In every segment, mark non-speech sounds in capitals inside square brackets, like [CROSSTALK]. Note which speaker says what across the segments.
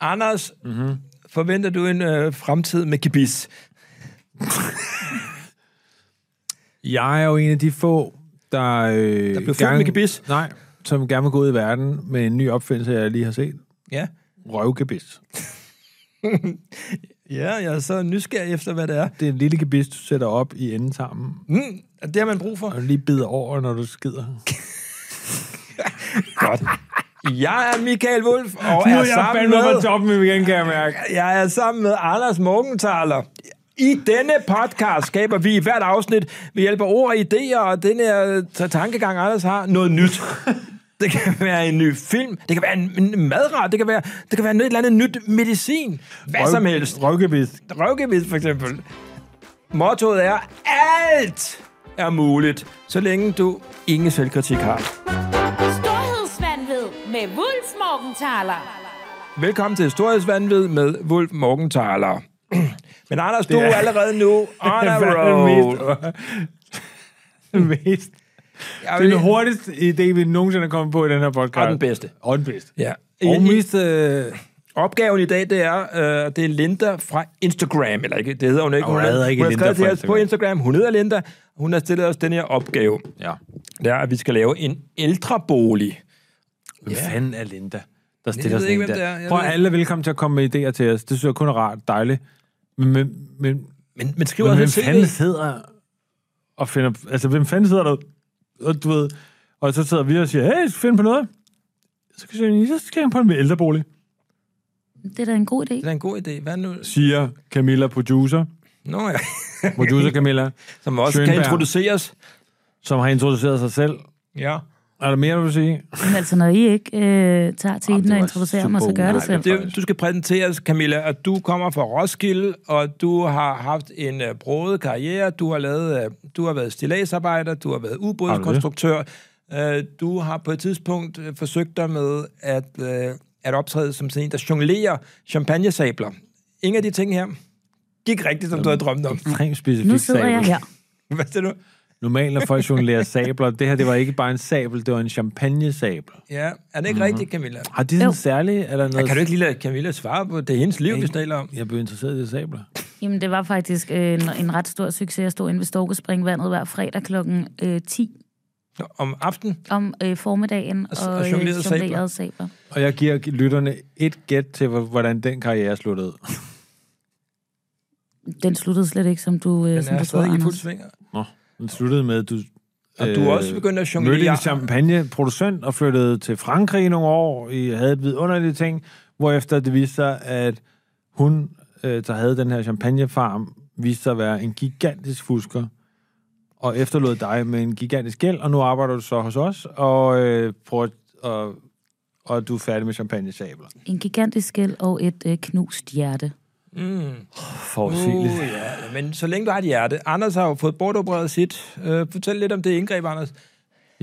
Speaker 1: Anders, mm-hmm. forventer du en øh, fremtid med kibis?
Speaker 2: Jeg er jo en af de få, der... Øh, der
Speaker 1: blev født med gebis.
Speaker 2: Nej, som gerne vil gå ud i verden med en ny opfindelse, jeg lige har set.
Speaker 1: Ja.
Speaker 2: Røvgebis.
Speaker 1: Ja, jeg er så nysgerrig efter, hvad det er.
Speaker 2: Det er en lille gebis, du sætter op i endetarmen,
Speaker 1: Mm, det har man brug for.
Speaker 2: og lige bider over, når du skider.
Speaker 1: Godt. Jeg er Michael Wolf, og er, sammen med,
Speaker 2: toppen igen, kan jeg mærke.
Speaker 1: jeg er sammen med Anders Morgenthaler. I denne podcast skaber vi i hvert afsnit ved hjælp af ord og idéer, og den her øh, t- tankegang, Anders har, noget [LAUGHS] nyt. Det kan være en ny film, det kan være en, en madret, det kan være, det kan være noget et eller andet nyt medicin. Hvad Røv. som helst.
Speaker 2: Røvgebis.
Speaker 1: Røvgevidt for eksempel. Mottoet er, alt er muligt, så længe du ingen selvkritik har.
Speaker 3: Storhedsvandved med Wulf Morgenthaler.
Speaker 1: Velkommen til Storhedsvandvid med Wolf Morgenthaler. [CLEARS THROAT] Men Anders, du er
Speaker 2: er-
Speaker 1: allerede
Speaker 2: [LAUGHS]
Speaker 1: nu on a
Speaker 2: Hvad er den
Speaker 1: roll. [LAUGHS]
Speaker 2: mest- mest-
Speaker 1: Jeg
Speaker 2: Det er
Speaker 1: vil-
Speaker 2: den hurtigste idé, vi nogensinde er kommet på i den her podcast.
Speaker 1: Og den bedste.
Speaker 2: Og den bedste.
Speaker 1: Ja.
Speaker 2: Og
Speaker 1: I-
Speaker 2: mest... Øh,
Speaker 1: Opgaven i dag, det er, øh, det er Linda fra Instagram, eller ikke, det hedder hun ikke.
Speaker 2: Hun
Speaker 1: har-
Speaker 2: hedder ikke
Speaker 1: hun har
Speaker 2: Linda
Speaker 1: skrevet til
Speaker 2: fra
Speaker 1: os på Instagram, hun hedder Linda. Hun har stillet os den her opgave.
Speaker 2: ja.
Speaker 1: Det er, at vi skal lave en ældrebolig.
Speaker 2: Hvem
Speaker 1: Ja.
Speaker 2: fanden er Linda, der
Speaker 1: ved
Speaker 2: stiller sådan
Speaker 1: ikke,
Speaker 2: en
Speaker 1: hvem det er.
Speaker 2: der?
Speaker 1: Jeg
Speaker 2: Prøv
Speaker 1: ved-
Speaker 2: alle er velkommen til at komme med idéer til os. Det synes jeg kun er rart dejligt. Men, men, men,
Speaker 1: Men, men skriv
Speaker 2: men hvem
Speaker 1: også et
Speaker 2: fanden
Speaker 1: CV.
Speaker 2: sidder og finder... Altså, hvem fanden sidder der? Og du ved... Og så sidder vi og siger, hey, find på noget. Så kan jeg sige, så skal jeg på en ældrebolig.
Speaker 4: Det er da en god idé.
Speaker 1: Det er en god idé. Hvad nu?
Speaker 2: Siger Camilla producer.
Speaker 1: Nå ja.
Speaker 2: Producer Camilla,
Speaker 1: [LAUGHS] Som også kan
Speaker 2: Schönberg.
Speaker 1: introduceres.
Speaker 2: som har introduceret sig selv.
Speaker 1: Ja.
Speaker 2: Er der mere, du vil sige?
Speaker 4: Men altså, når I ikke øh, tager til
Speaker 2: Jamen,
Speaker 4: den
Speaker 2: det
Speaker 4: og
Speaker 2: var
Speaker 4: introducerer
Speaker 2: super
Speaker 4: mig, så gør det
Speaker 2: uheldigt.
Speaker 4: selv.
Speaker 1: Det, du skal præsenteres, Camilla, at du kommer fra Roskilde, og du har haft en uh, broet karriere. Du har, lavet, uh, du har været stilladsarbejder, du har været ubådskonstruktør. Uh, du har på et tidspunkt uh, forsøgt dig med at, uh, at optræde som sådan en, der jonglerer champagnesabler. Ingen af de ting her gik rigtigt, som du havde drømt om. [LAUGHS]
Speaker 2: Ekstremt specifikt
Speaker 4: Nu sidder jeg
Speaker 2: sabel.
Speaker 4: her.
Speaker 1: Hvad siger du?
Speaker 2: Normalt, når
Speaker 4: [LAUGHS]
Speaker 2: folk jonglerer sabler, det her, det var ikke bare en sabel, det var en champagnesabel.
Speaker 1: Ja, er det ikke mm-hmm. rigtigt, Camilla?
Speaker 2: Har de sådan
Speaker 4: Jo.
Speaker 2: særlig, eller noget?
Speaker 1: Kan du ikke lige lade Camilla svare på, det er hendes liv, vi taler om?
Speaker 2: Jeg blev interesseret i sabler.
Speaker 4: Jamen, det var faktisk øh, en, en ret stor succes. Jeg stod inde ved Storkespringvandet hver fredag kl. Øh, 10
Speaker 1: Nå, Om aftenen?
Speaker 4: om øh, formiddagen
Speaker 1: Og s-
Speaker 4: og,
Speaker 1: og
Speaker 4: øh,
Speaker 1: jonglerede sabler.
Speaker 4: jonglerede sabler.
Speaker 2: Og jeg giver lytterne et gæt til, hvor- hvordan den karriere sluttede.
Speaker 4: Den sluttede slet ikke, som du, øh,
Speaker 1: Den
Speaker 4: som
Speaker 1: er
Speaker 4: du tror,
Speaker 1: stadig i fuld
Speaker 4: Anders.
Speaker 1: sving.
Speaker 2: Nå. Den sluttede med, at du... øh,
Speaker 1: Og du er også begyndt at jonglere.
Speaker 2: Mødte en champagneproducent og flyttede til Frankrig i nogle år. I havde et vidunderligt ting, hvorefter det viste sig, at hun, øh, der havde den her champagnefarm, viste sig at være en gigantisk fusker. Og efterlod dig med en gigantisk gæld, og nu arbejder du så hos os, og, øh, prøver, og, og du er færdig med champagnesabler.
Speaker 4: En gigantisk skæld og et øh, knust hjerte.
Speaker 2: Forudsigeligt.
Speaker 1: Uh, ja, men så længe du har et hjerte. Anders har jo fået bortopereret sit. Øh, fortæl lidt om det indgreb, Anders.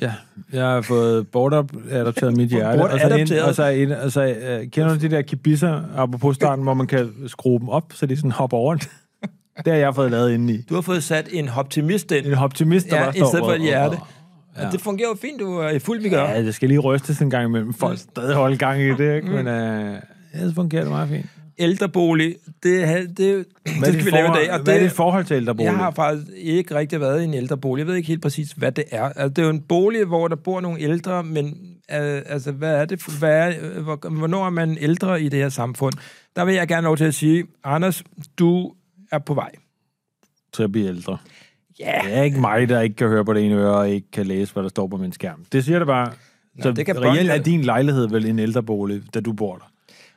Speaker 2: Ja, jeg har fået bortadopteret mit hjerte. Og så, ind,
Speaker 1: Bortadopteret?
Speaker 2: og så, ind, og så øh, kender du de der kibisser, apropos starten, hvor man kan skrue dem op, så de sådan hopper rundt? Det har jeg fået lavet inde i.
Speaker 1: Du har fået sat en optimist ind,
Speaker 2: En optimist, der
Speaker 1: ja,
Speaker 2: bare
Speaker 1: i
Speaker 2: står...
Speaker 1: stedet for
Speaker 2: og-
Speaker 1: et hjerte.
Speaker 2: og-
Speaker 1: Ja. Det fungerer jo fint, du er i fuld vigør.
Speaker 2: Ja, det skal lige rystes en gang imellem,
Speaker 1: Mm.
Speaker 2: for at stadig holde gang i det, ikke? Men øh, ja, så fungerer det meget fint.
Speaker 1: Ældrebolig, det, ha- det, det
Speaker 2: Hvad er
Speaker 1: skal
Speaker 2: dit
Speaker 1: vi lave i
Speaker 2: forhold-
Speaker 1: dag. Og
Speaker 2: Hvad er dit
Speaker 1: det,
Speaker 2: forhold til ældrebolig?
Speaker 1: jeg har faktisk ikke rigtig været i en ældrebolig. Jeg ved ikke helt præcis, hvad det er. Altså, det er jo en bolig, hvor der bor nogle ældre, men øh, altså, hvad er det? for- Hvad er, øh, hvor- hvornår er man ældre i det her samfund? Der vil jeg gerne have lov til at sige, Anders, du er på vej.
Speaker 2: til at blive ældre. Yeah. Det er ikke mig, der ikke kan høre på det ene øre, og ikke kan læse, hvad der står på min skærm. Det siger det bare. Nå, så
Speaker 1: det
Speaker 2: det
Speaker 1: kan
Speaker 2: kan reelt
Speaker 1: børn-
Speaker 2: er din lejlighed vel en ældrebolig, da du bor der.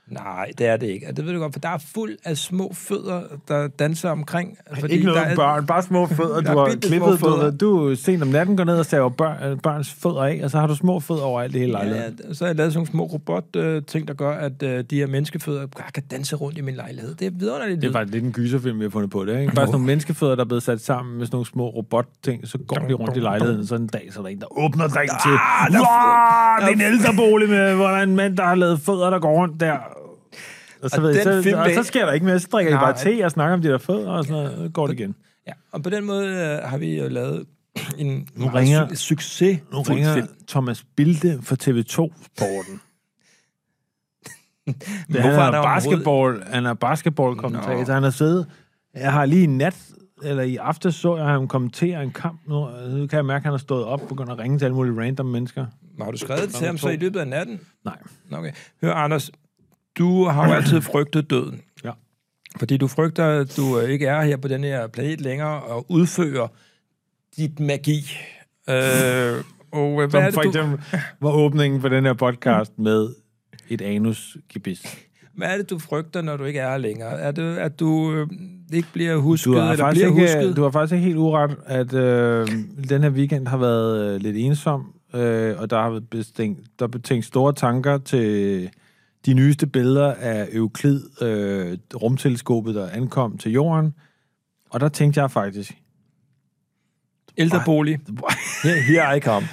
Speaker 1: Nej, det er det ikke. Og det ved du godt, for der er fuld af små fødder, der danser omkring. Fordi
Speaker 2: Fordi ikke noget
Speaker 1: der
Speaker 2: er...
Speaker 1: er,
Speaker 2: børn, bare små
Speaker 1: [LAUGHS]
Speaker 2: fødder.
Speaker 1: Der er
Speaker 2: Du har
Speaker 1: bitte små
Speaker 2: klippet, du,
Speaker 1: fødder.
Speaker 2: ved, du sent om natten går ned og saver børn, øh, børns fødder af, og så har du små fødder overalt i hele lejligheden.
Speaker 1: Ja, så har jeg lavet sådan nogle små robot-ting, der gør, at øh, de her menneskefødder bare kan danse rundt i min lejlighed. Det er vidunderligt.
Speaker 2: Det er faktisk lidt en gyserfilm, vi har fundet på det. Ikke? Bare sådan nogle menneskefødder, der er blevet sat sammen med sådan nogle små robotting, så går de rundt i lejligheden sådan en dag, så er der en, der åbner dring
Speaker 1: Ah,
Speaker 2: til. Wow, det er en ældrebolig, med, hvor der er en mand, der har lavet fødder, der går rundt der. Og så,
Speaker 1: Og
Speaker 2: og ved,
Speaker 1: den
Speaker 2: jeg, så,
Speaker 1: film,
Speaker 2: og
Speaker 1: det-
Speaker 2: så sker der ikke mere, så drikker de
Speaker 1: Nej.
Speaker 2: bare te og snakker om de der fødder, og sådan noget, og så går det igen.
Speaker 1: Ja, og på den måde øh, har vi jo lavet en nu
Speaker 2: ringer-
Speaker 1: su- succes.
Speaker 2: Nu ringer Thomas Bilde fra TV2-sporten. Det
Speaker 1: Hvorfor
Speaker 2: Hvorfor
Speaker 1: er
Speaker 2: han er,
Speaker 1: der
Speaker 2: er basketball,
Speaker 1: overhovedet-
Speaker 2: han er basketballkommentator. Han har siddet... Jeg har lige i nat, eller i aften, så jeg ham kommentere en kamp nu. og Nu kan jeg mærke, at han har stået op og begyndt at ringe til alle mulige random mennesker.
Speaker 1: Har du skrevet det til ham så i løbet af natten?
Speaker 2: Nej.
Speaker 1: Nå, Okay. Hør, Anders, du har jo altid frygtet døden.
Speaker 2: Ja.
Speaker 1: Fordi du frygter, at du øh, ikke er her på den her planet længere og udfører dit magi.
Speaker 2: [LAUGHS]
Speaker 1: Øh, og øh, hvad er
Speaker 2: Som for
Speaker 1: det, du,
Speaker 2: eksempel var åbningen for den her podcast med et anusgebis.
Speaker 1: hvad er det, du frygter, når du ikke er her længere? Er det, at du øh, ikke bliver husket,
Speaker 2: Du har,
Speaker 1: eller
Speaker 2: faktisk
Speaker 1: bliver
Speaker 2: ikke,
Speaker 1: husket?
Speaker 2: du har faktisk ikke helt uret, at øh, den her weekend har været øh, lidt ensom, øh, og der har været bestænkt, der er betænkt store tanker til de nyeste billeder af Euklid, øh, rumteleskopet, der ankom til jorden. Og der tænkte jeg faktisk,
Speaker 1: Ældrebolig. Her, her I come.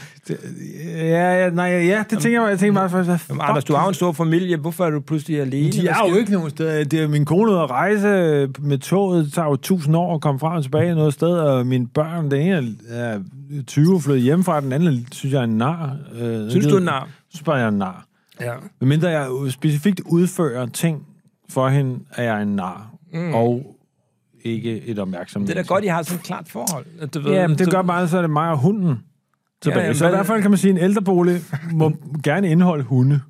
Speaker 2: [LAUGHS] ja, ja, nej, ja, det tænker jeg, jeg tænker bare, faktisk,
Speaker 1: Jamen, Anders, du har jo en stor familie. Hvorfor er du pludselig alene?
Speaker 2: De er jo ikke nogen steder. Det er min kone ud at rejse med toget. Det tager jo tusind år at komme frem og tilbage noget sted, og mine børn, den ene er 20 og flyttet hjemmefra, den anden synes jeg er en nar. Øh,
Speaker 1: Synes du er en nar?
Speaker 2: Synes bare, jeg er en nar.
Speaker 1: Ja.
Speaker 2: Medmindre jeg jo specifikt udfører ting for hende, er jeg en nar. Mm. Og ikke et opmærksom
Speaker 1: Det er da godt, I har sådan et klart forhold. at Du ved,
Speaker 2: Ja, men det
Speaker 1: du-
Speaker 2: gør bare, så er det mig og hunden tilbage. Ja,
Speaker 1: jamen,
Speaker 2: jamen, så i
Speaker 1: hvad-
Speaker 2: hvert fald kan man sige, at en ældrebolig må gerne indeholde hunde.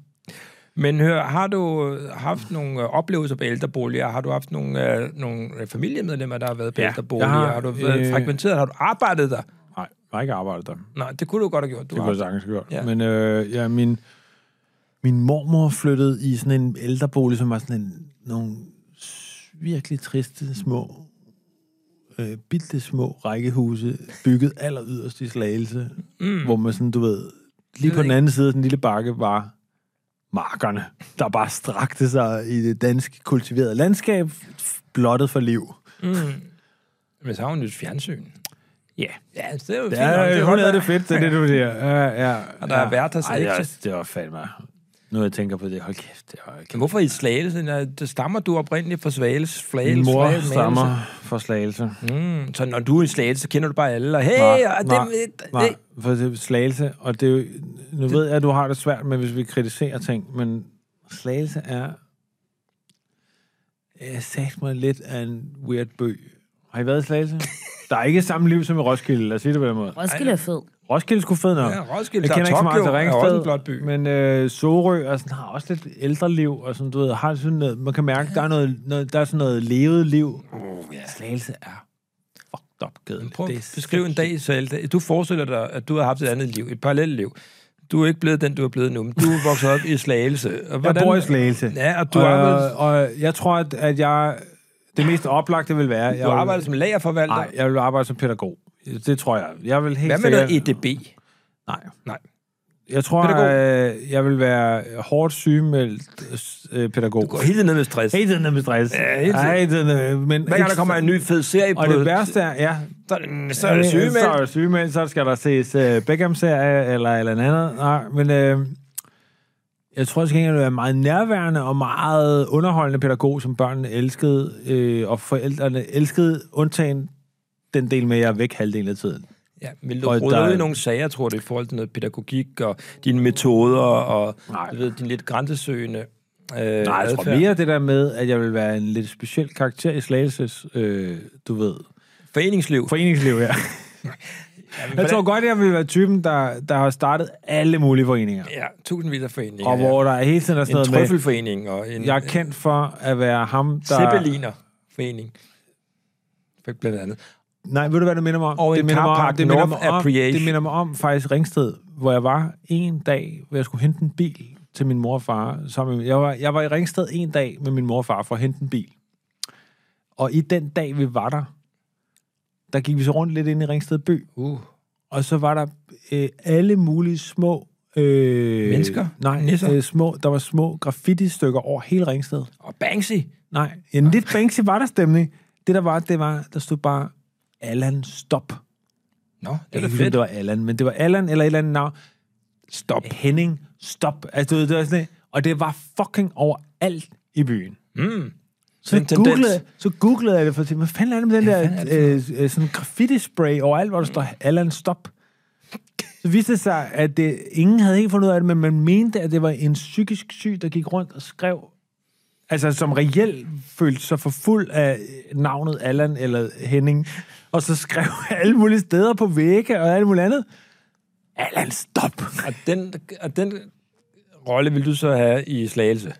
Speaker 1: Men hør, har du øh, haft nogle øh, oplevelser på ældreboliger? Har du haft nogle, øh, nogle øh, familiemedlemmer, der har været på ja,
Speaker 2: Ja,
Speaker 1: ældreboliger?
Speaker 2: jeg
Speaker 1: Har,
Speaker 2: har,
Speaker 1: har du været øh,
Speaker 2: øh,
Speaker 1: frekventeret? Har du arbejdet der?
Speaker 2: Nej, jeg har ikke arbejdet der.
Speaker 1: Nej, det kunne du godt have gjort. Du
Speaker 2: Det
Speaker 1: har.
Speaker 2: kunne jeg sagtens have gjort.
Speaker 1: Ja.
Speaker 2: Ja. Men øh, ja, min, min mormor flyttede i sådan en ældrebolig, som var sådan en, nogle s- virkelig triste små, øh, bitte små rækkehuse, bygget aller yderst i Slagelse, mm. hvor man sådan, du ved, lige på den anden side af den lille bakke var markerne, der bare strakte sig i det dansk kultiverede landskab, f- blottet for liv.
Speaker 1: Men så har hun jo et fjernsyn.
Speaker 2: Ja. Yeah.
Speaker 1: Ja, det er jo fint. nok.
Speaker 2: Ja,
Speaker 1: Det
Speaker 2: ja
Speaker 1: er
Speaker 2: hun
Speaker 1: godt,
Speaker 2: havde det
Speaker 1: at-
Speaker 2: fedt, det er det,
Speaker 1: [LAUGHS]
Speaker 2: du siger. Ja, ja,
Speaker 1: Og der er
Speaker 2: ja.
Speaker 1: Werthers
Speaker 2: Ej, det,
Speaker 1: ægte.
Speaker 2: var, det var fandme... Nu jeg tænker på det, hold kæft, det var
Speaker 1: Men
Speaker 2: kæft.
Speaker 1: hvorfor i Slagelse? Nå, Det stammer du oprindeligt fra Svales, Flagels,
Speaker 2: Min mor
Speaker 1: Flagels,
Speaker 2: stammer fra Slagelse. Nej,
Speaker 1: Mm, så når du er i Slagelse, så kender du bare alle. Og hey, og dem,
Speaker 2: nej, for det er Slagelse, og det er jo, nu ved jeg, at du har det svært med, hvis vi kritiserer ting, men Slagelse er jeg sagde mig lidt af en weird bø. Har I været i [LAUGHS] Slagelse? Der er ikke samme liv som i Roskilde, lad os sige det på den måde.
Speaker 4: Roskilde er fed.
Speaker 2: Roskilde skulle fed nok.
Speaker 1: Ja, Roskilde,
Speaker 2: jeg kender ikke så meget til
Speaker 1: Tokyo er også en flot
Speaker 2: Ringsted,
Speaker 1: by.
Speaker 2: men øh, Sorø og sådan, har også lidt ældre liv, og sådan, du ved, har sådan noget, man kan mærke, der er, noget, noget, der er sådan noget levet liv. Oh, yeah. Slagelse er fucked up kedeligt.
Speaker 1: Uh, Prøv
Speaker 2: Det
Speaker 1: at
Speaker 2: er
Speaker 1: beskrive en dag i Salta. Du forestiller dig, at du har haft et andet liv, et parallelt liv. Du er ikke blevet den, du er blevet nu, men du er vokset op i Slagelse. Og
Speaker 2: Jeg bor i Slagelse.
Speaker 1: Ja, og du
Speaker 2: og,
Speaker 1: arbejder-
Speaker 2: og jeg tror, at, at jeg... Det mest oplagte vil være... jeg
Speaker 1: Du
Speaker 2: vil-
Speaker 1: arbejder som lagerforvalter.
Speaker 2: Nej, jeg vil arbejde som pædagog. Det tror jeg. Jeg vil helt
Speaker 1: Hvad med noget
Speaker 2: sikkert-
Speaker 1: E EDB?
Speaker 2: Nej.
Speaker 1: Nej.
Speaker 2: Jeg tror,
Speaker 1: Pædagog.
Speaker 2: øh, jeg vil være hårdt sygemeldt øh, pædagog.
Speaker 1: Du går hele tiden ned med stress.
Speaker 2: Hele tiden er med stress.
Speaker 1: Ja, hele tiden.
Speaker 2: Hele tiden. er- Men
Speaker 1: Hver gang der kommer en ny fed serie
Speaker 2: Og
Speaker 1: på...
Speaker 2: det værste er, ja, Øh,
Speaker 1: Så, er det- så er det sygemeldt.
Speaker 2: Så er det sygemeldt, så skal der ses uh, Beckham-serie eller eller andet. Nej, men øh, jeg tror til gengæld, at jeg er meget nærværende og meget underholdende pædagog, som børnene elskede, øh, og forældrene elskede, undtagen den del med, at jeg er væk halvdelen af tiden.
Speaker 1: Ja, vil du
Speaker 2: Og
Speaker 1: rode
Speaker 2: der-
Speaker 1: ud i nogle sager, tror du, i forhold til noget pædagogik og dine metoder og
Speaker 2: Nej.
Speaker 1: du ved, din lidt grænsesøgende øh,
Speaker 2: Nej, jeg tror
Speaker 1: adfærd?
Speaker 2: mere det der med, at jeg vil være en lidt speciel karakter i Slagelses, øh, du ved,
Speaker 1: Foreningsliv.
Speaker 2: foreningsliv, ja. Jeg tror godt, jeg vil være typen, der, der har startet alle mulige foreninger.
Speaker 1: Ja, tusindvis af foreninger.
Speaker 2: Og hvor der hele tiden er
Speaker 1: ja. En
Speaker 2: sådan noget med...
Speaker 1: trøffelforening og en
Speaker 2: Jeg er kendt for at være ham, der...
Speaker 1: Zeppeliner-forening. For blandt andet.
Speaker 2: Nej, ved du, hvad det minder mig om?
Speaker 1: Og en
Speaker 2: det minder mig om,
Speaker 1: carpark
Speaker 2: det minder
Speaker 1: north
Speaker 2: mig om,
Speaker 1: af Priage.
Speaker 2: det minder mig om faktisk Ringsted, hvor jeg var en dag, hvor jeg skulle hente en bil til min mor og far. Sammen med, jeg, var, jeg var i Ringsted en dag med min mor og far for at hente en bil. Og i den dag, vi var der, der gik vi så rundt lidt ind i Ringsted by.
Speaker 1: Uh.
Speaker 2: Og så var der øh, alle mulige små... Øh,
Speaker 1: Mennesker?
Speaker 2: Nej,
Speaker 1: Nisser?
Speaker 2: øh, små, der var små graffiti-stykker over hele Ringsted.
Speaker 1: Og Banksy.
Speaker 2: Nej, en lidt Banksy var der stemning. Det der var, det var, der stod bare, Allan, stop.
Speaker 1: Nå, det er
Speaker 2: Jeg kan
Speaker 1: da
Speaker 2: ikke huske, om
Speaker 1: fedt.
Speaker 2: det var Allan, men det var Allan eller et eller andet navn.
Speaker 1: Stop.
Speaker 2: Henning, stop. Altså, du ved, det var sådan et, og det var fucking overalt i byen. Mm. Så,
Speaker 1: Sådan en
Speaker 2: jeg
Speaker 1: tendens.
Speaker 2: googlede, så googlede jeg det for at tænke, hvad fanden er det med den der øh, øh, sådan graffiti-spray overalt, hvor der står Allan, stop. Så viste det sig, at det, ingen havde helt fundet ud af det, men man mente, at det var en psykisk syg, der gik rundt og skrev altså som reelt følte sig for fuld af navnet Allan eller Henning, og så skrev [LAUGHS] alle mulige steder på vægge og alt muligt andet. Allan, stop!
Speaker 1: Og den, og den rolle vil du så have i Slagelse?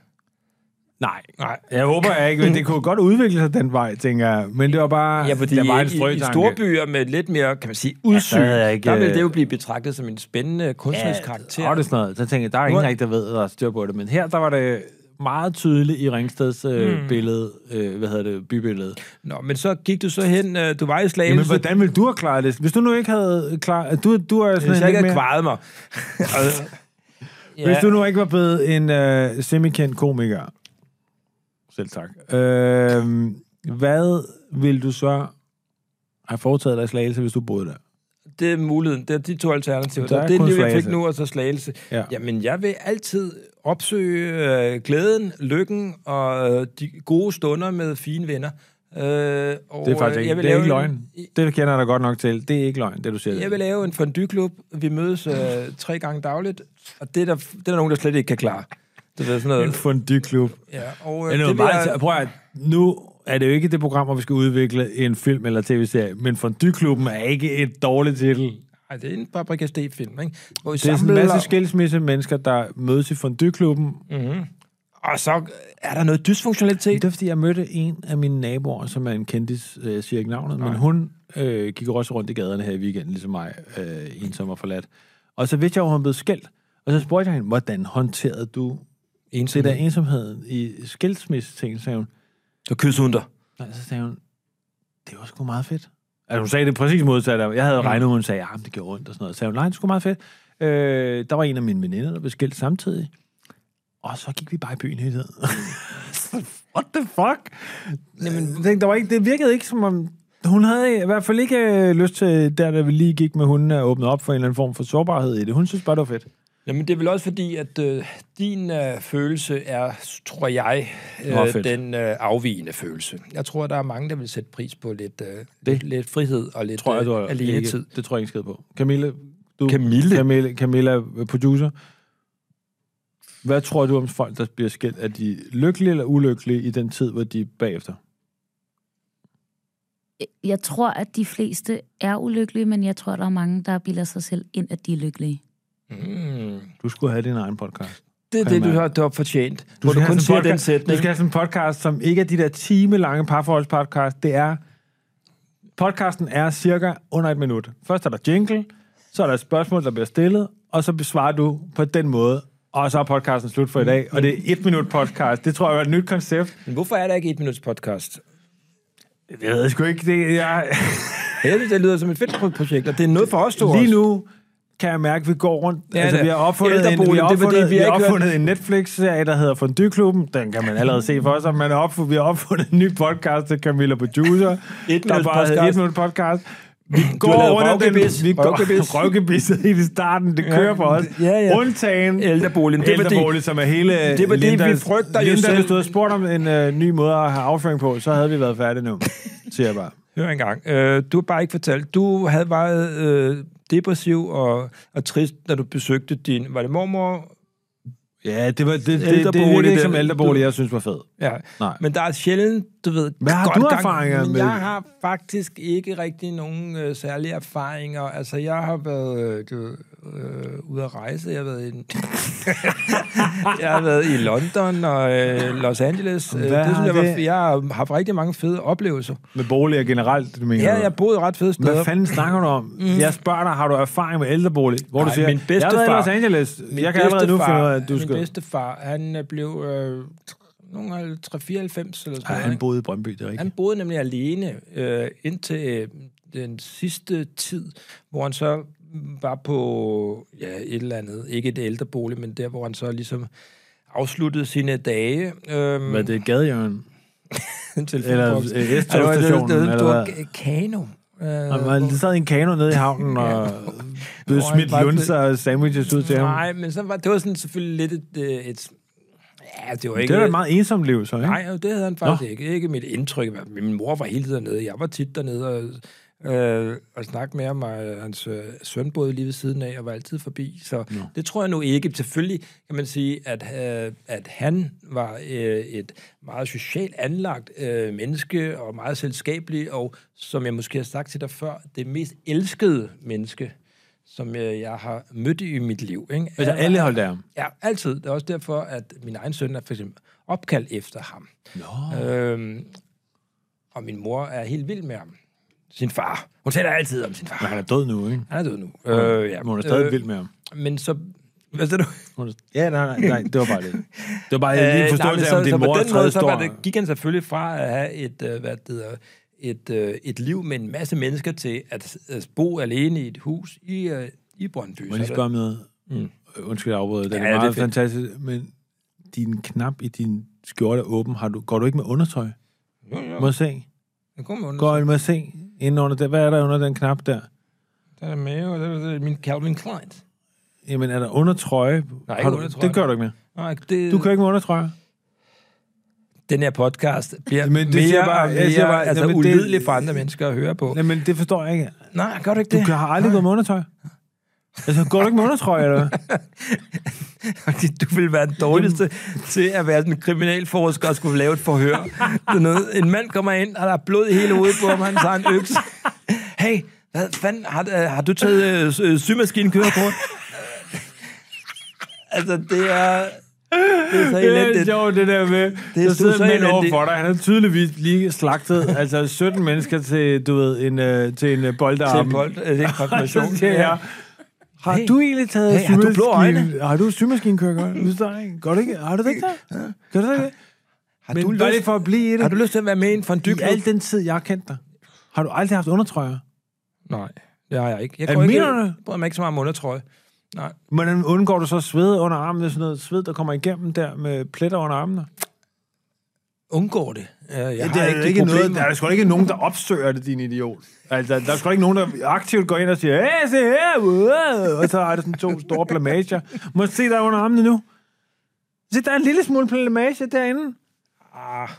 Speaker 2: Nej, nej. Jeg håber jeg ikke, men det kunne godt udvikle sig den vej, tænker jeg. Men det var bare...
Speaker 1: Ja, fordi
Speaker 2: det var en
Speaker 1: i, i
Speaker 2: strøtanke.
Speaker 1: store byer med lidt mere, kan man sige, udsyn,
Speaker 2: der
Speaker 1: ja,
Speaker 2: havde
Speaker 1: der,
Speaker 2: jeg ikke,
Speaker 1: ikke, der vil
Speaker 2: øh,
Speaker 1: det jo blive betragtet som en spændende kunstnerisk karakter.
Speaker 2: Ja, og det er sådan noget. Så tænkte jeg, der er ingen rigtig, der ved, at der er styr på det. Men her, der var det meget tydeligt i Ringsteds
Speaker 1: Hmm.
Speaker 2: øh, billede, øh, hvad hedder det, bybillede.
Speaker 1: Nå, men så gik du så hen, øh, du var i Slagelse.
Speaker 2: Jamen, hvordan ville du have klaret det? Hvis du nu ikke havde klaret... Du, du er sådan
Speaker 1: Hvis
Speaker 2: en
Speaker 1: jeg ikke
Speaker 2: lidt
Speaker 1: havde
Speaker 2: mere-
Speaker 1: kvaret
Speaker 2: [LAUGHS]
Speaker 1: mig. og, ja,
Speaker 2: Hvis du nu ikke var blevet en øh, semikendt komiker, selv tak, øh, hvad vil du så have foretaget dig i Slagelse, hvis du boede der?
Speaker 1: det er muligheden. Det er de to alternativer.
Speaker 2: Der
Speaker 1: Der
Speaker 2: er
Speaker 1: er det er
Speaker 2: kun
Speaker 1: det, jeg fik
Speaker 2: Slagelse.
Speaker 1: nu, og så slagelse.
Speaker 2: Ja.
Speaker 1: Jamen, jeg vil altid opsøge øh, glæden, lykken og øh, de gode stunder med fine venner. Øh, og,
Speaker 2: Det er faktisk
Speaker 1: øh,
Speaker 2: ikke, det er
Speaker 1: lave
Speaker 2: ikke
Speaker 1: en-
Speaker 2: løgn. Det kender jeg dig godt nok til. Det er ikke løgn, det du siger.
Speaker 1: Jeg vil lave en fondyklub. Vi mødes øh, tre gange dagligt, og det er, der, det er der nogen, der slet ikke kan klare. Det er sådan
Speaker 2: en
Speaker 1: noget.
Speaker 2: fondyklub.
Speaker 1: Ja, og,
Speaker 2: Det er
Speaker 1: øh,
Speaker 2: noget
Speaker 1: det
Speaker 2: meget,
Speaker 1: bliver,
Speaker 2: prøv at, nu er det jo ikke det program, hvor vi skal udvikle en film eller tv-serie, men Fondyklubben er ikke et dårligt titel.
Speaker 1: ej, det er en Paprika Steen-film, ikke? Hvor vi
Speaker 2: Det er sådan en
Speaker 1: samler-
Speaker 2: masse skilsmisse mennesker, der mødes i Fondyklubben,
Speaker 1: Og så er der noget dysfunktionalitet.
Speaker 2: Det Mm. er, fordi jeg mødte en af mine naboer, som er en kendis, øh, jeg siger ikke navnet, men hun øh, gik også rundt i gaderne her i weekenden, ligesom mig, øh, en som var forladt. Og så vidste jeg, at hun blev skældt. Og så spurgte jeg hende, hvordan håndterede du det der
Speaker 1: Ensomhed.
Speaker 2: ensomheden i skilsmisse-ting? Så sagde hun,
Speaker 1: Så kysser hun dig.
Speaker 2: nej, så sagde hun, det var sgu meget fedt. Mm. Altså, hun sagde det præcis modsatte. Jeg havde regnet, hun sagde, at det gjorde ondt og sådan noget. Så sagde hun, nej, det var sgu meget fedt. Øh, der var en af mine veninder, der blev skilt samtidig. Og så gik vi bare i byen hele tiden. [LAUGHS] What the fuck? Jamen, jeg tænkte, der var ikke, det virkede ikke som om... Hun havde i hvert fald ikke øh, lyst til, der da vi lige gik med hunden, at åbne op for en eller anden form for sårbarhed i det. Hun synes bare, det var fedt.
Speaker 1: Jamen, det er vel også fordi, at øh, din øh, følelse er, tror jeg,
Speaker 2: Nå,
Speaker 1: øh,
Speaker 2: fedt.
Speaker 1: den øh, afvigende følelse. Jeg tror, der er mange, der vil sætte pris på lidt, øh,
Speaker 2: Det
Speaker 1: lidt, lidt frihed og lidt
Speaker 2: tror jeg, du har
Speaker 1: øh, alene tid.
Speaker 2: Det tror jeg ikke en skid på. Camille, du...
Speaker 1: Camille?
Speaker 2: Camille, Camilla, producer. Hvad tror du om folk, der bliver skilt? Er de lykkelige eller ulykkelige i den tid, hvor de er bagefter?
Speaker 4: Jeg tror, at de fleste er ulykkelige, men jeg tror, der er mange, der bilder sig selv ind, at de er lykkelige.
Speaker 1: Mm.
Speaker 2: Du skulle have din egen podcast.
Speaker 1: Det er
Speaker 2: Kan
Speaker 1: det, du
Speaker 2: mærke.
Speaker 1: har, du har fortjent. Du
Speaker 2: skal
Speaker 1: hvor du
Speaker 2: have
Speaker 1: kun
Speaker 2: sådan
Speaker 1: siger
Speaker 2: en
Speaker 1: den
Speaker 2: podcast- Du
Speaker 1: sætning.
Speaker 2: skal have sådan en podcast, som ikke er de der timelange parforholdspodcast. Det er... Podcasten er cirka under et minut. Først er der jingle, så er der et spørgsmål, der bliver stillet, og så besvarer du på den måde. Og så er podcasten slut for i dag, og det er et minut podcast. Det tror jeg er et nyt koncept.
Speaker 1: Men hvorfor er der ikke et minuts podcast?
Speaker 2: Jeg ved sgu ikke, det jeg...
Speaker 1: Jeg synes, det lyder som et fedt projekt, og det er noget for os to
Speaker 2: Lige
Speaker 1: også.
Speaker 2: nu kan jeg mærke, at vi går rundt. Ja,
Speaker 1: Ja,
Speaker 2: altså,
Speaker 1: da.
Speaker 2: vi har opfundet, en, vi
Speaker 1: Ældreboligen,
Speaker 2: har
Speaker 1: det er fordi,
Speaker 2: opfundet,
Speaker 1: vi
Speaker 2: vi
Speaker 1: har
Speaker 2: har
Speaker 1: ikke
Speaker 2: opfundet en Netflix-serie, der hedder Fondyklubben. Den kan man allerede se for sig. Man har opfundet, vi har opfundet en ny podcast til Camilla Producer.
Speaker 1: Et
Speaker 2: der
Speaker 1: minut
Speaker 2: bare hedder
Speaker 1: podcast.
Speaker 2: Et minut podcast. Vi
Speaker 1: lavet
Speaker 2: går rundt af den.
Speaker 1: røvgebis.
Speaker 2: Vi går [LAUGHS]
Speaker 1: Røvgebis.
Speaker 2: røvgebisset helt i starten. Det kører for os.
Speaker 1: ja, ja.
Speaker 2: Undtagen
Speaker 1: Ældreboligen. Det er fordi-
Speaker 2: Ældrebolig, som er hele
Speaker 1: er fordi, vi
Speaker 2: Lindas-
Speaker 1: frygter jo
Speaker 2: Linda,
Speaker 1: selv-
Speaker 2: hvis du havde spurgt om en øh, ny måde at have afføring på, så havde vi været færdige nu. Siger jeg bare.
Speaker 1: Hør engang. Øh, du har bare ikke fortalt. Du havde været øh, depressiv og, og trist, da du besøgte din... Var det mormor?
Speaker 2: Ja, det var det, det, det, det, det,
Speaker 1: Ældrebolig,
Speaker 2: det,
Speaker 1: det-
Speaker 2: som ældrebolig,
Speaker 1: du-
Speaker 2: jeg synes var fed.
Speaker 1: Ja.
Speaker 2: Nej.
Speaker 1: Men der er sjældent, du ved...
Speaker 2: Hvad har
Speaker 1: godt
Speaker 2: du
Speaker 1: gang-
Speaker 2: erfaringer
Speaker 1: men
Speaker 2: med-
Speaker 1: Jeg har faktisk ikke rigtig nogen øh, særlige erfaringer. Altså, jeg har været øh, du ved, øh, ude at rejse. Jeg har været i... en- [LAUGHS] jeg har været i London og øh, Los Angeles. Øh,
Speaker 2: Hvad
Speaker 1: det
Speaker 2: har
Speaker 1: synes jeg, var,
Speaker 2: det-
Speaker 1: jeg har haft rigtig mange fede oplevelser.
Speaker 2: Med boliger generelt, du mener?
Speaker 1: Ja, jeg boede ret fede steder.
Speaker 2: Hvad fanden snakker du om? Mm. Jeg spørger dig, har du erfaring med ældrebolig? Hvor du
Speaker 1: Nej,
Speaker 2: siger,
Speaker 1: min
Speaker 2: jeg har
Speaker 1: bedstefar-
Speaker 2: været i Los Angeles.
Speaker 1: Min
Speaker 2: jeg kan allerede nu
Speaker 1: bedstefar-
Speaker 2: finde ud af, at du
Speaker 1: min
Speaker 2: skal...
Speaker 1: bedstefar, han øh, blev øh, nogle af 394 eller sådan
Speaker 2: Ej,
Speaker 1: noget.
Speaker 2: Ah, han
Speaker 1: ikke?
Speaker 2: boede i Brøndby, det er rigtigt.
Speaker 1: han boede nemlig alene øh, indtil øh, den sidste tid, hvor han så var på ja, et eller andet, ikke et ældrebolig, men der, hvor han så ligesom afsluttede sine dage. Øhm, [LAUGHS]
Speaker 2: Var det et gadehjørne?
Speaker 1: en
Speaker 2: Eller
Speaker 1: telefonboks.
Speaker 2: øh,
Speaker 1: Ej, det var- det var- det var-
Speaker 2: S-togstationen?
Speaker 1: Det var
Speaker 2: Eller
Speaker 1: en kano. Øh,
Speaker 2: hvad? Han sad i en kano nede i havnen og blev
Speaker 1: Hvor han
Speaker 2: smidt
Speaker 1: bare-
Speaker 2: lunser og sandwiches ud til ham.
Speaker 1: nej, men så var, det var sådan selvfølgelig lidt et... øh, et ja, det var ikke...
Speaker 2: Det var et meget ensomt liv, så, ikke?
Speaker 1: Nej, og det havde han faktisk Nå. ikke. Ikke mit indtryk. Min mor var hele tiden dernede. Jeg var tit dernede. Og, øh, og snakke med ham, og hans øh, søn boede lige ved siden af, og var altid forbi. Så no. det tror jeg nu ikke. Selvfølgelig kan man sige, at, øh, at han var øh, et meget socialt anlagt øh, menneske, og meget selskabelig, og som jeg måske har sagt til dig før, det mest elskede menneske, som øh, jeg har mødt i mit liv. Ikke?
Speaker 2: Altså, alle holdt af ham.
Speaker 1: Ja, altid. Det er også derfor, at min egen søn er for eksempel opkaldt efter ham.
Speaker 2: Nå.
Speaker 1: Øhm, og min mor er helt vild med ham. Sin far. Hun taler altid om sin far.
Speaker 2: Men han er død nu, ikke?
Speaker 1: Han er død nu. Øh,
Speaker 2: Men Hun er stadig vild med ham.
Speaker 1: Men så... Hvad sagde du?
Speaker 2: Hun er, ja, nej, nej, nej, det var bare det. Det var bare øh, lige en
Speaker 1: Øh,
Speaker 2: forståelse
Speaker 1: men
Speaker 2: af, om din
Speaker 1: så
Speaker 2: mor
Speaker 1: på
Speaker 2: er
Speaker 1: den måde,
Speaker 2: tredje
Speaker 1: så var
Speaker 2: stor.
Speaker 1: det, gik han selvfølgelig fra at have et, øh, hvad det hedder, et, øh, et liv med en masse mennesker til at øh, bo alene i et hus i, øh, i Brøndby.
Speaker 2: Må jeg lige spørge om noget? Mm. Undskyld, jeg afbryder. Det er
Speaker 1: Ja, det
Speaker 2: meget det
Speaker 1: er
Speaker 2: er
Speaker 1: fedt.
Speaker 2: fantastisk, men din knap i din skjorte er åben. Har du, går du ikke med undertøj?
Speaker 1: Jo, jo.
Speaker 2: Må jeg se?
Speaker 1: Jeg går med under,
Speaker 2: Går jeg må jeg se? Inden under der. Hvad er der under den knap der?
Speaker 1: der er mave, og der er, der er min Calvin Klein.
Speaker 2: Jamen, er der undertrøje?
Speaker 1: Nej, ikke
Speaker 2: Har du,
Speaker 1: undertrøje.
Speaker 2: Det gør du ikke med.
Speaker 1: Nej, det,
Speaker 2: Du kører ikke med undertrøje.
Speaker 1: den her podcast bliver
Speaker 2: Men
Speaker 1: men
Speaker 2: det
Speaker 1: det mere
Speaker 2: siger
Speaker 1: bare,
Speaker 2: bare-
Speaker 1: og mere
Speaker 2: jeg siger bare-
Speaker 1: altså,
Speaker 2: Jamen, det-
Speaker 1: ulidelig for andre mennesker at høre på.
Speaker 2: Jamen, det forstår jeg ikke.
Speaker 1: Nej, gør du ikke
Speaker 2: Du
Speaker 1: det?
Speaker 2: har aldrig gået med undertøj. Altså, går du ikke med undertrøje, eller hvad?
Speaker 1: [LAUGHS] Fordi du vil være den dårligste til at være sådan en kriminalforsker og skulle lave et forhør. Det er noget. En mand kommer ind, og der er blod i hele hovedet på ham, han tager en økse. Hey, hvad fanden, har, øh, har du taget øh, sy- øh, symaskinen kørekort? [LAUGHS] altså, det er... Det er så
Speaker 2: Det er
Speaker 1: elendigt.
Speaker 2: sjovt, det der med. Det
Speaker 1: er
Speaker 2: der sidder
Speaker 1: så
Speaker 2: en mand over
Speaker 1: elendigt.
Speaker 2: for dig. Han har tydeligvis lige slagtet altså 17 mennesker til, du ved, en, øh, til en øh,
Speaker 1: Til
Speaker 2: boldarm.
Speaker 1: en bold, øh,
Speaker 2: [LAUGHS]
Speaker 1: det er en konfirmation.
Speaker 2: Så siger jeg, har
Speaker 1: Hey.
Speaker 2: du egentlig taget
Speaker 1: Hey, har du blå
Speaker 2: symaskine- Har du [LAUGHS] symaskinkørekort? Udstår ikke? Gør du ikke? Har du det ikke der? Gør du det ikke?
Speaker 1: Har
Speaker 2: Men
Speaker 1: du,
Speaker 2: bare lige
Speaker 1: lyst,
Speaker 2: for at blive i det.
Speaker 1: har du lyst til at være med i en fondue
Speaker 2: I al den tid, jeg har kendt dig, har du aldrig haft undertrøjer?
Speaker 1: Nej, det har jeg ikke. Jeg
Speaker 2: Er
Speaker 1: går ikke,
Speaker 2: mener du
Speaker 1: jeg
Speaker 2: det?
Speaker 1: bryder mig ikke så meget om undertrøje. Nej.
Speaker 2: Hvordan undgår du så sved under armen? Det er sådan noget sved, der kommer igennem der med pletter under armene.
Speaker 1: Undgår det. Øh, Jeg
Speaker 2: Ja,
Speaker 1: har
Speaker 2: det er
Speaker 1: ikke,
Speaker 2: ikke,
Speaker 1: de
Speaker 2: ikke noget,
Speaker 1: problemer.
Speaker 2: der er sgu da ikke nogen, der opsøger det, din idiot. Altså, der er sgu da ikke nogen, der aktivt går ind og siger, hey, se her, wow!" og så er der sådan to store plamager. Må jeg se der under armene nu? Se, der er en lille smule plamage derinde.
Speaker 1: Ah,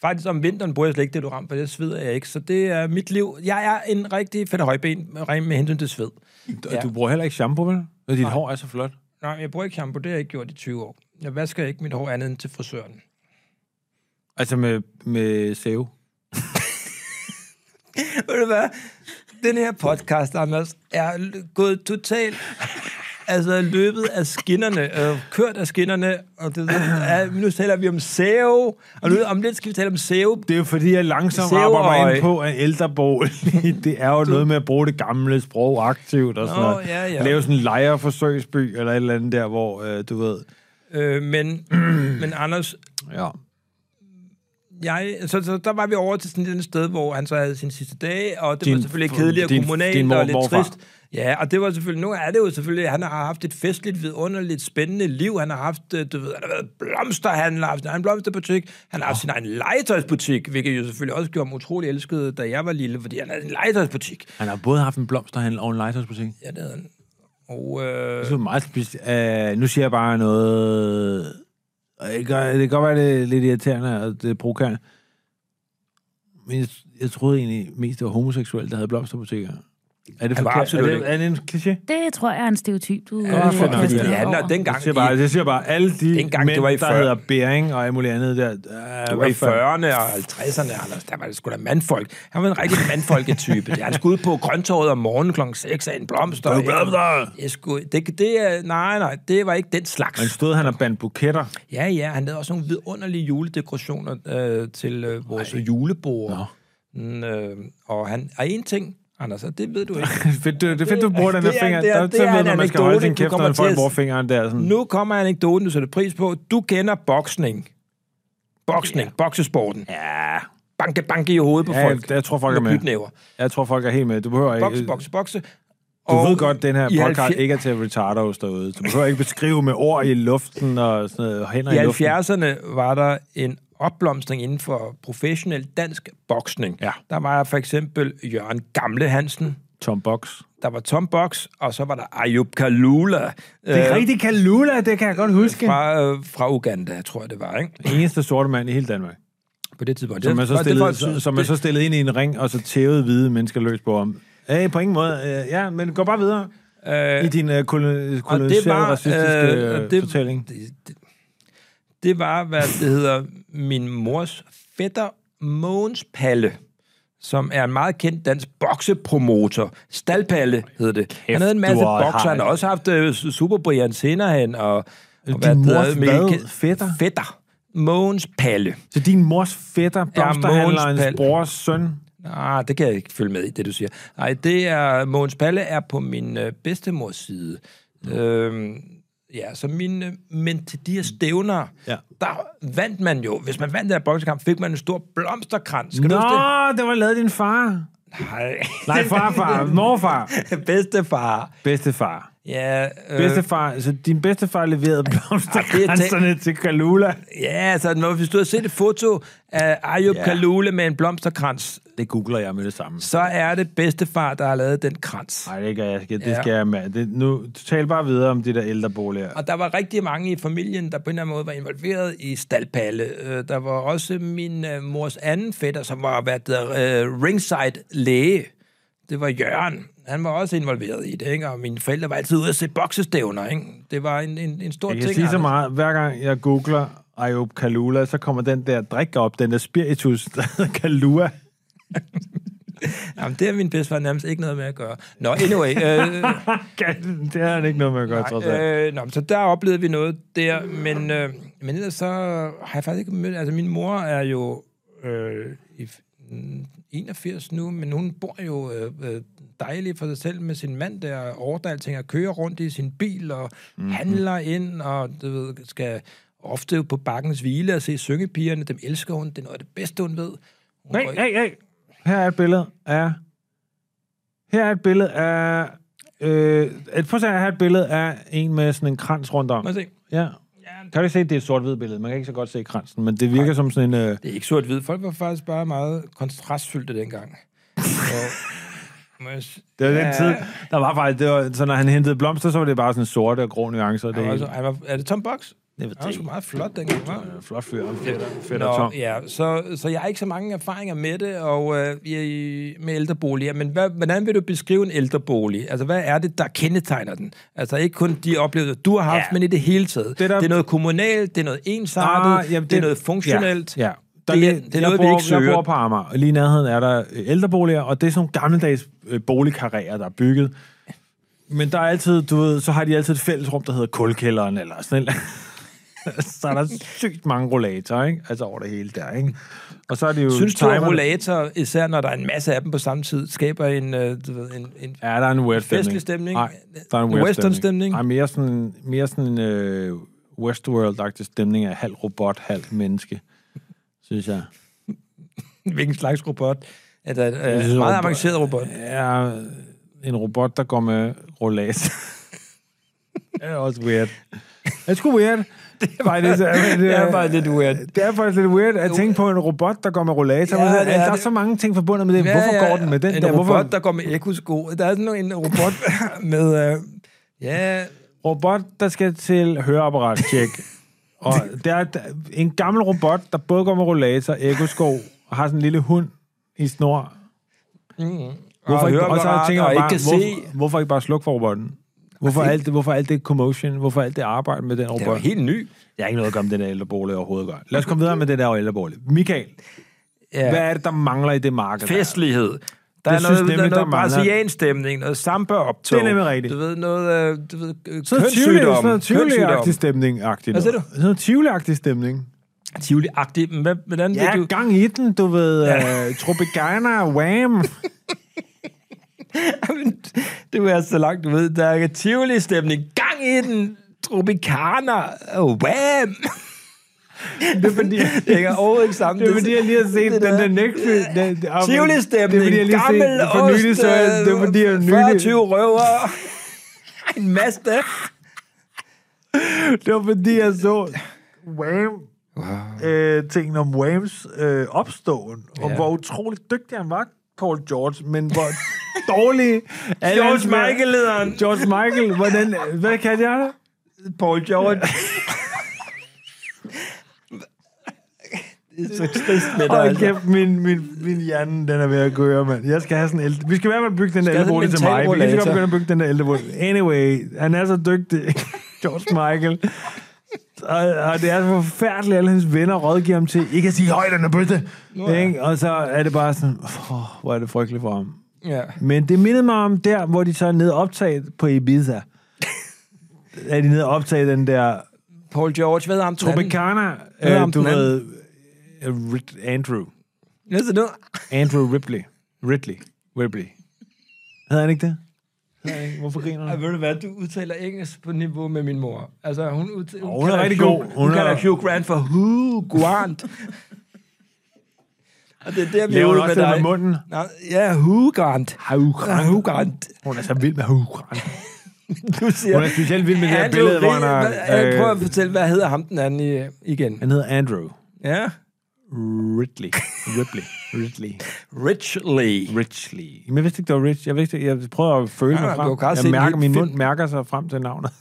Speaker 1: faktisk om vinteren bruger jeg slet ikke det, du ramte, for det sveder jeg ikke. Så det er mit liv. Jeg er en rigtig fedt højben med- rent med hensyn til sved.
Speaker 2: Ja. Du bruger heller ikke shampoo, vel? Dit Nej. hår er så flot.
Speaker 1: Nej, men jeg bruger ikke shampoo, det har jeg ikke gjort i 20 år. Jeg vasker ikke mit hår andet end til
Speaker 2: [LAUGHS]
Speaker 1: frisøren.
Speaker 2: Altså med, med sæve.
Speaker 1: Ved du hvad? Den her podcast, Anders, er l- gået totalt... Altså løbet af skinnerne, øh, kørt af skinnerne, og det,
Speaker 2: [CLEARS THROAT]
Speaker 1: ja, nu taler vi om sæve, og nu om lidt skal vi tale om sæve.
Speaker 2: Det er jo fordi, jeg langsomt
Speaker 1: Sæveøje.
Speaker 2: arbejder mig ind på at ældrebolig. [LAUGHS] det er jo noget med at bruge det gamle sprog aktivt og sådan
Speaker 1: Nå,
Speaker 2: noget.
Speaker 1: ja, ja.
Speaker 2: Lave sådan en lejerforsøgsby eller et eller andet der, hvor øh, du ved...
Speaker 1: Øh, men, [CLEARS THROAT] men Anders,
Speaker 2: Ja.
Speaker 1: jeg, så, så der var vi over til sådan et andet sted, hvor han så havde sin sidste dag, og det
Speaker 2: Din-
Speaker 1: var selvfølgelig kedeligt og
Speaker 2: din-
Speaker 1: kommunalt
Speaker 2: din mor-
Speaker 1: og lidt
Speaker 2: morfar.
Speaker 1: trist. Ja, og det var selvfølgelig, nu er det jo selvfølgelig, han har haft et festligt, vidunderligt, spændende liv. Han har haft, øh, du ved, han har været blomsterhandler, han har haft sin egen blomsterbutik, han har haft sin egen legetøjsbutik, hvilket jo selvfølgelig også gjorde ham utrolig elsket, da jeg var lille, fordi han havde en legetøjsbutik.
Speaker 2: Han har både haft en blomsterhandel og en legetøjsbutik.
Speaker 1: Ja, det havde han. Og, øh,
Speaker 2: Det er meget spist. Uh, nu siger jeg bare noget... og Det gør- det kan godt være, det er lidt irriterende, og det er provokerende. Men jeg, jeg troede egentlig mest, det var homoseksuelle, der havde blomsterbutikker. Er det
Speaker 1: Han var
Speaker 2: forkert?
Speaker 1: absolut
Speaker 2: er det,
Speaker 1: ikke.
Speaker 2: er det en kliché?
Speaker 4: Det tror jeg er en stereotyp, du... øh,
Speaker 1: det er
Speaker 2: fedt nok,
Speaker 4: kaster
Speaker 2: ja.
Speaker 1: det
Speaker 4: dig
Speaker 1: handler
Speaker 4: over.
Speaker 2: Jeg siger
Speaker 1: dengang
Speaker 2: bare,
Speaker 1: i,
Speaker 2: jeg siger bare alle de
Speaker 1: Dengang, det
Speaker 2: mænd,
Speaker 1: var i
Speaker 2: der
Speaker 1: 40.
Speaker 2: hedder Bering og alt muligt andet der. Uh,
Speaker 1: Det var i 40'erne og 50'erne, Anders. Der var det sgu da mandfolk. Han var en rigtig mandfolketype. Han skulle ud på grøntåret om morgenen klokken 6 af en blomster.
Speaker 2: Du glad for
Speaker 1: Jeg skulle, det, det, er- nej, nej, det var ikke den
Speaker 2: Men
Speaker 1: slags.
Speaker 2: stod han og bandt buketter.
Speaker 1: Ja, ja, han lavede også nogle vidunderlige juledekorationer øh, til øh, vores Ej. julebord. Mm, øh, og, han, og en ting, Anders, og det ved du ikke.
Speaker 2: [LAUGHS] Fedt, det, det er fedt, du bruger den der
Speaker 1: det er-
Speaker 2: finger.
Speaker 1: det er-
Speaker 2: Der,
Speaker 1: det
Speaker 2: så
Speaker 1: er
Speaker 2: ved
Speaker 1: en
Speaker 2: man, man skal
Speaker 1: anekdote,
Speaker 2: holde sin
Speaker 1: du
Speaker 2: kæft, når
Speaker 1: kommer
Speaker 2: man
Speaker 1: til
Speaker 2: får
Speaker 1: at-
Speaker 2: bruger fingeren der. Sådan.
Speaker 1: Nu kommer anekdoten, du sætter pris på. Du kender boksning. Boksning, ja. boksesporten.
Speaker 2: Ja,
Speaker 1: Banke, banke i hovedet på
Speaker 2: Ja,
Speaker 1: folk.
Speaker 2: jeg tror, folk er
Speaker 1: med.
Speaker 2: med.
Speaker 1: knytnæver.
Speaker 2: jeg tror, folk er helt med. Du behøver ikke...
Speaker 1: Bokse, bokse, bokse.
Speaker 2: Du ved godt, den her
Speaker 1: i
Speaker 2: podcast
Speaker 1: 70
Speaker 2: ikke er til retardos derude. Du behøver ikke beskrive med ord i luften og sådan noget, og hænder i,
Speaker 1: I
Speaker 2: luften.
Speaker 1: 70'erne var der en opblomstring inden for professionel dansk boksning.
Speaker 2: Ja.
Speaker 1: Der var for eksempel Jørgen Gamle Hansen,
Speaker 2: Tom Box.
Speaker 1: der var Tom Box, og så var der Ayub Kalula øh,
Speaker 2: Det er rigtig Kalula, det kan jeg godt huske.
Speaker 1: fra, øh, fra Uganda, tror jeg det var. Ikke?
Speaker 2: Eneste sorte mand i hele Danmark.
Speaker 1: på det tidspunkt.
Speaker 2: Som man
Speaker 1: Det-
Speaker 2: så
Speaker 1: det- det-
Speaker 2: stillede,
Speaker 1: det-
Speaker 2: så, som man
Speaker 1: det-
Speaker 2: så stillede ind i en ring, og så tævede hvide mennesker løs på om. Hey, på ingen måde. Øh, ja, men gå bare videre øh, i din øh, kolon- koloniserede
Speaker 1: var,
Speaker 2: racistiske
Speaker 1: øh,
Speaker 2: øh,
Speaker 1: og det-
Speaker 2: fortælling.
Speaker 1: det, det, det var, hvad det hedder, min mors fætter Mogens Palle, som er en meget kendt dansk boksepromotor. Stalpalle hed det. han havde en masse
Speaker 2: du har-
Speaker 1: bokser. Han har også haft uh, Super Brian senere hen. Og, og
Speaker 2: Din
Speaker 1: det
Speaker 2: mors
Speaker 1: hedder, Mikkel
Speaker 2: hvad?
Speaker 1: Kjeld-
Speaker 2: Fætter?
Speaker 1: Fætter. Mogens Palle.
Speaker 2: Så din mors fætter,
Speaker 1: Mogens
Speaker 2: blomsterhandlerens
Speaker 1: Pal-
Speaker 2: brors søn,
Speaker 1: Ah, det kan jeg ikke følge med i, det du siger. Nej, det er... Mogens Palle er på min øh, bedstemors side. Mm. Øhm, ja, så min... Øh, men til de her stævner,
Speaker 2: Mm. Ja.
Speaker 1: der vandt man jo... Hvis man vandt den her boksekamp, fik man en stor blomsterkrans. Skal
Speaker 2: Nå,
Speaker 1: du huske det?
Speaker 2: det var lavet din far.
Speaker 1: [LAUGHS] Nej.
Speaker 2: Nej, farfar. Morfar.
Speaker 1: [LAUGHS] Bedstefar.
Speaker 2: Bedstefar.
Speaker 1: Ja, øh,
Speaker 2: Bedstefar. Så din bedstefar leverede blomsterkranserne til Kalula.
Speaker 1: ja, så når vi stod og set et foto af Ayub
Speaker 2: Ja.
Speaker 1: yeah. Kalule med en blomsterkrans,
Speaker 2: Det googler jeg med det samme.
Speaker 1: så er det bedstefar, der har lavet den krans.
Speaker 2: Nej, det gør jeg. Skal, det
Speaker 1: Ja.
Speaker 2: skal jeg med. Det, nu, tal bare videre om det der ældreboliger.
Speaker 1: Og der var rigtig mange i familien, der på en eller anden måde var involveret i staldpalle. Øh, Der var også min øh, mors anden fætter, som var været øh, ringside læge. Det var Jørgen. Han var også involveret i det, ikke? og mine forældre var altid ude at se boksestævner. Ikke? Det var en, en, en stor
Speaker 2: Jeg
Speaker 1: ting.
Speaker 2: kan sige så
Speaker 1: Anders.
Speaker 2: meget, hver gang jeg googler Ayub Kalula, så kommer den der drik op, den der spiritus, [LAUGHS] der hedder Kalua.
Speaker 1: Jamen, det har min bedstefar nærmest ikke noget med at gøre. Nå, anyway. Øh,
Speaker 2: det har han ikke noget med at gøre, trods alt.
Speaker 1: Nej, øh, nå, men så der oplevede vi noget der, men, øh, men ellers så har jeg faktisk ikke mødt... Altså, min mor er jo øh, i f- mm, 81 nu, men hun bor jo øh, øh, dejligt for sig selv med sin mand der, og ordner alting og kører rundt i sin bil og
Speaker 2: Mhm.
Speaker 1: mm-hmm. handler ind og du ved, skal ofte på bakkens hvile og se syngepigerne. Dem elsker hun. Det er noget af det bedste, hun ved. Hun går
Speaker 2: Nej,
Speaker 1: i-
Speaker 2: nej, nej. Her er et billede af... Her er et billede af... Øh, et, prøv at se, her er et billede af en med sådan en krans rundt om.
Speaker 1: Må jeg se.
Speaker 2: Ja. Kan du ikke se, det er et sort-hvid billede? Man kan ikke så godt se kransen, men det virker som sådan en... Øh,
Speaker 1: Det er ikke sort-hvid. Folk var faktisk bare meget kontrastfyldte
Speaker 2: [LAUGHS]
Speaker 1: dengang. og, må jeg s-
Speaker 2: det var den tid, der var faktisk... Det var, så når han hentede blomster, så var det bare sådan sorte og grå nuancer. Det,
Speaker 1: Han
Speaker 2: hele.
Speaker 1: var altså, han var, er det Tom Box?
Speaker 2: det,
Speaker 1: Han var
Speaker 2: det,
Speaker 1: sgu meget flot dengang, var
Speaker 2: det, øh, flot fyr. Fedt og
Speaker 1: Nå,
Speaker 2: tom.
Speaker 1: ja, så, så jeg har ikke så mange erfaringer med det, og øh, i- med ældreboliger, men hvad, hvordan vil du beskrive en ældrebolig? Altså, hvad er det, der kendetegner den? Altså, ikke kun de oplevelser, du har haft,
Speaker 2: Ja.
Speaker 1: ja. men i det hele taget.
Speaker 2: Det
Speaker 1: Det,
Speaker 2: der-
Speaker 1: der... det er noget kommunalt, det er noget ensartet, ah, jamen, det... det er noget funktionelt.
Speaker 2: Ja, ja. Der
Speaker 1: Det er-
Speaker 2: lige-
Speaker 1: det er noget, vi
Speaker 2: jeg bor,
Speaker 1: ikke søger.
Speaker 2: Jeg bor på Amager, og lige i nærheden er der øh, ældreboliger, og det er sådan nogle gammeldags øh, boligkarrierer, der er bygget. Men der er altid, du ved, så har de altid et fællesrum, der hedder kulkælderen, eller sådan eller. [LAUGHS] så er der sygt mange rollatorer, ikke? Altså over det hele der, ikke? Og så er det jo...
Speaker 1: Synes du, at
Speaker 2: timerne-
Speaker 1: rollator, især når der er en masse af dem på samme tid, skaber en, øh, du ved, en, en
Speaker 2: Ja, der er en weird stemning.
Speaker 1: Festlig stemning.
Speaker 2: Nej, der er en
Speaker 1: En
Speaker 2: weird
Speaker 1: western
Speaker 2: stemning.
Speaker 1: stemning.
Speaker 2: Nej, mere sådan, mere sådan en øh, Westworld-agtig stemning af halv robot, halv menneske, synes jeg.
Speaker 1: hvilken slags robot? Altså, en
Speaker 2: synes,
Speaker 1: øh, meget
Speaker 2: robot-
Speaker 1: avanceret robot.
Speaker 2: er en robot, der går med rollator. det er også weird. Det er sgu weird. Det er, bare, det, er, det, er,
Speaker 1: bare lidt weird.
Speaker 2: det er faktisk lidt weird at tænke på en robot, der går med rollator.
Speaker 1: Ja,
Speaker 2: Ja,
Speaker 1: det
Speaker 2: altså,
Speaker 1: er
Speaker 2: der er
Speaker 1: det.
Speaker 2: så mange ting forbundet med det. Hvorfor går den med den
Speaker 1: en
Speaker 2: der?
Speaker 1: robot,
Speaker 2: Hvorfor?
Speaker 1: der går med ekosko. Der er sådan en en robot [LAUGHS] med... Øh, ja,
Speaker 2: Robot, der skal til høreapparat tjek. og
Speaker 1: [LAUGHS]
Speaker 2: der er en gammel robot, der både går med rollator, ekosko og har sådan en lille hund i snor. Hvorfor
Speaker 1: og
Speaker 2: ikke, og så
Speaker 1: høreapparat,
Speaker 2: tænker jeg
Speaker 1: og
Speaker 2: bare,
Speaker 1: ikke kan
Speaker 2: hvorfor, se. hvorfor ikke bare slukke for robotten? Hvorfor alt, det, hvorfor alt det commotion? Hvorfor alt det arbejde med den
Speaker 1: Det er jo
Speaker 2: robot?
Speaker 1: helt ny.
Speaker 2: Jeg har ikke noget at gøre med den der ældrebolig overhovedet. Gør. Lad os komme videre med den der ældrebolig. Michael,
Speaker 1: Ja.
Speaker 2: hvad er det, der mangler i det marked? der?
Speaker 1: Festlighed. Der
Speaker 2: Jeg
Speaker 1: er noget,
Speaker 2: synes nemlig,
Speaker 1: der er
Speaker 2: der
Speaker 1: noget
Speaker 2: mangler-
Speaker 1: brasilianstemning, noget samba-optog.
Speaker 2: Det er nemlig rigtigt.
Speaker 1: Du ved, noget øh, du ved, øh,
Speaker 2: Sådan noget Tivoli- sådan
Speaker 1: kønssygdom.
Speaker 2: noget tivoli-agtig
Speaker 1: Kønssygdom.
Speaker 2: stemning. Hvad
Speaker 1: siger du?
Speaker 2: Sådan noget tivoli-agtig stemning.
Speaker 1: Tivoli-agtigt. Men hvad- Hvordan vil
Speaker 2: Ja,
Speaker 1: du...
Speaker 2: gang i den, du ved. Uh, Tropicana, [LAUGHS] wham.
Speaker 1: Jamen, [LAUGHS] du er så langt, du ved. Der er Tivoli-stemning. Gang i den! Tropicana! Oh, wham!
Speaker 2: [LAUGHS] Det er fordi,
Speaker 1: [LAUGHS] Det hænger overhovedet ikke sammen.
Speaker 2: det er fordi jeg lige har set
Speaker 1: det
Speaker 2: den
Speaker 1: der-
Speaker 2: der Netflix. den- den-
Speaker 1: Tivoli-stemning,
Speaker 2: Det er fordi, jeg lige har set
Speaker 1: gammel
Speaker 2: den for nylig,
Speaker 1: ost,
Speaker 2: så jeg- det er fordi, jeg nylig...
Speaker 1: 40 røver, [LAUGHS] en Mazda.
Speaker 2: Det var fordi, jeg så Wham! Wow. Øh, tingen om Whams øh, opståen, og
Speaker 1: Ja.
Speaker 2: hvor utroligt dygtig han var, Paul George, men hvor [LAUGHS] dårlig... alle
Speaker 1: George
Speaker 2: hans-
Speaker 1: Michael-lederen.
Speaker 2: George Michael, hvordan... Hvad kan jeg da?
Speaker 1: Paul George. [LAUGHS] Det er så trist med dig,
Speaker 2: Hold
Speaker 1: altså.
Speaker 2: kæft, min, min, min hjerne, den er ved at køre, mand. Jeg skal have sådan en el- Vi skal i hvert fald bygge den der
Speaker 1: have
Speaker 2: ældrebolig
Speaker 1: sådan
Speaker 2: til
Speaker 1: en
Speaker 2: mig. Vi kan lige så godt
Speaker 1: mentalrollator.
Speaker 2: begynde at bygge den der ældrebolig. Anyway, han er så dygtig. [LAUGHS] George Michael. Og, og, det er så forfærdeligt, alle hans venner rådgiver ham til, I kan sige højt under bøtte. Ikke? Og så er det bare sådan, oh, hvor er det frygteligt for ham.
Speaker 1: Ja.
Speaker 2: Men det mindede mig om der, hvor de så er nede og optaget på Ibiza. er de nede og optaget den der
Speaker 1: Paul George, hvad er ham?
Speaker 2: Tropicana,
Speaker 1: Hvad er
Speaker 2: øh,
Speaker 1: ham
Speaker 2: du
Speaker 1: den anden?
Speaker 2: ved, øh, Rid- Andrew.
Speaker 1: Næste nu.
Speaker 2: Andrew Ripley. Ridley. Ripley. Hedder han ikke det? Hedder han ikke? Hvorfor griner
Speaker 1: Ej,
Speaker 2: han?
Speaker 1: ved du hvad, du udtaler engelsk på niveau med min mor. Altså, hun, udtaler,
Speaker 2: hun er
Speaker 1: kalder
Speaker 2: rigtig
Speaker 1: Hugh,
Speaker 2: god.
Speaker 1: Hun,
Speaker 2: Hun er-
Speaker 1: kalder Hugh Grant for Hugh Grant. og det er der, vi er
Speaker 2: Laver du
Speaker 1: ude med
Speaker 2: også det
Speaker 1: dig.
Speaker 2: med munden?
Speaker 1: Nej, ja, Hugh Grant. Hugh Grant.
Speaker 2: Hun er så vild med Hugran.
Speaker 1: Du siger,
Speaker 2: Hun er specielt vild med det her
Speaker 1: Andrew
Speaker 2: billede, hvor
Speaker 1: Ridley-
Speaker 2: han er...
Speaker 1: Hvad- Prøv at
Speaker 2: øh,
Speaker 1: fortælle, hvad hedder ham den anden i, igen?
Speaker 2: Han hedder Andrew
Speaker 1: Ja.
Speaker 2: Ridley. Ripley. Ridley.
Speaker 1: Richley.
Speaker 2: Richley. Men jeg vidste ikke, det var Rich. Jeg, vidste, ikke- jeg prøver at føle
Speaker 1: Nej,
Speaker 2: mig
Speaker 1: nej,
Speaker 2: frem.
Speaker 1: du kan også se
Speaker 2: jeg
Speaker 1: den
Speaker 2: mærker,
Speaker 1: helt
Speaker 2: min mund
Speaker 1: fint.
Speaker 2: mærker sig frem til navnet. [LAUGHS]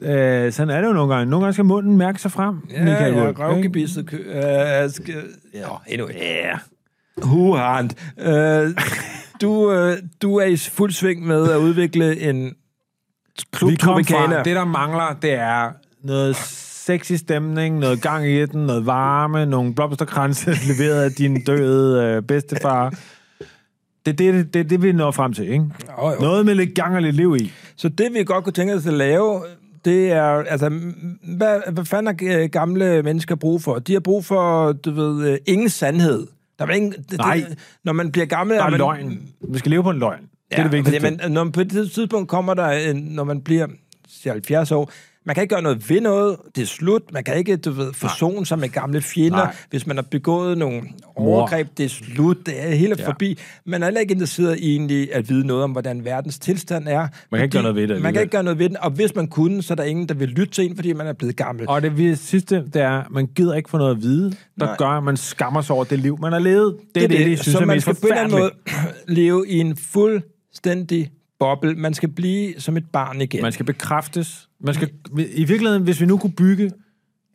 Speaker 2: øh, sådan er det jo nogle gange. Nogle gange skal munden mærke sig frem,
Speaker 1: Ja,
Speaker 2: Michael
Speaker 1: ja,
Speaker 2: Wolf, ikke?
Speaker 1: røvgebisset kø... Øh, skal...
Speaker 2: Ja.
Speaker 1: Nå, endnu ikke.
Speaker 2: Ja.
Speaker 1: Huhand. Øh, du, øh, du er i fuld sving med at udvikle en klub
Speaker 2: vi kom fra,
Speaker 1: Tropicana.
Speaker 2: det der mangler, det er noget sexy stemning, noget gang i den, noget varme, nogle blomsterkranse [LAUGHS] leveret af din døde øh, bedstefar. Det er det, det, det, det, vi når frem til, ikke?
Speaker 1: Jo, jo.
Speaker 2: Noget med lidt gang og lidt liv i.
Speaker 1: Så det, vi godt kunne tænke os at lave, det er, altså, m- hvad, hvad fanden har øh, gamle mennesker brug for? De har brug for, du ved, øh, ingen sandhed. Der er ingen, det,
Speaker 2: Nej.
Speaker 1: Det, når man bliver gammel...
Speaker 2: Der er
Speaker 1: man,
Speaker 2: løgn. Vi skal leve på en løgn. Ja, det er det
Speaker 1: fordi
Speaker 2: vigtigste.
Speaker 1: man, når man på det tidspunkt kommer der, en- når man bliver 70 år, man kan ikke gøre noget ved noget. Det er slut. Man kan ikke du ved, forsone sig med gamle fjender.
Speaker 2: Nej.
Speaker 1: Nej. Hvis man har begået nogle overgreb, det er slut. Det er hele
Speaker 2: Ja.
Speaker 1: ja. forbi. Man er heller ikke interesseret i egentlig at vide noget om, hvordan verdens tilstand er. Man
Speaker 2: kan ikke gøre noget ved det
Speaker 1: Man
Speaker 2: alligevel.
Speaker 1: kan ikke gøre noget ved det. Og hvis man kunne, så er der ingen, der vil lytte til en, fordi man er blevet gammel.
Speaker 2: Og det vi- sidste, det er, man gider ikke få noget at vide, der Nej.
Speaker 1: Nej.
Speaker 2: gør, at man skammer sig over det liv, man har levet. Det, det er det, det, de synes
Speaker 1: så
Speaker 2: er
Speaker 1: man
Speaker 2: mest
Speaker 1: skal på en eller anden
Speaker 2: forfærdeligt.
Speaker 1: måde [CLEARS THROAT] leve i en fuldstændig boble. Man skal blive som et barn igen.
Speaker 2: Man skal bekræftes. Man skal, I virkeligheden, hvis vi nu kunne bygge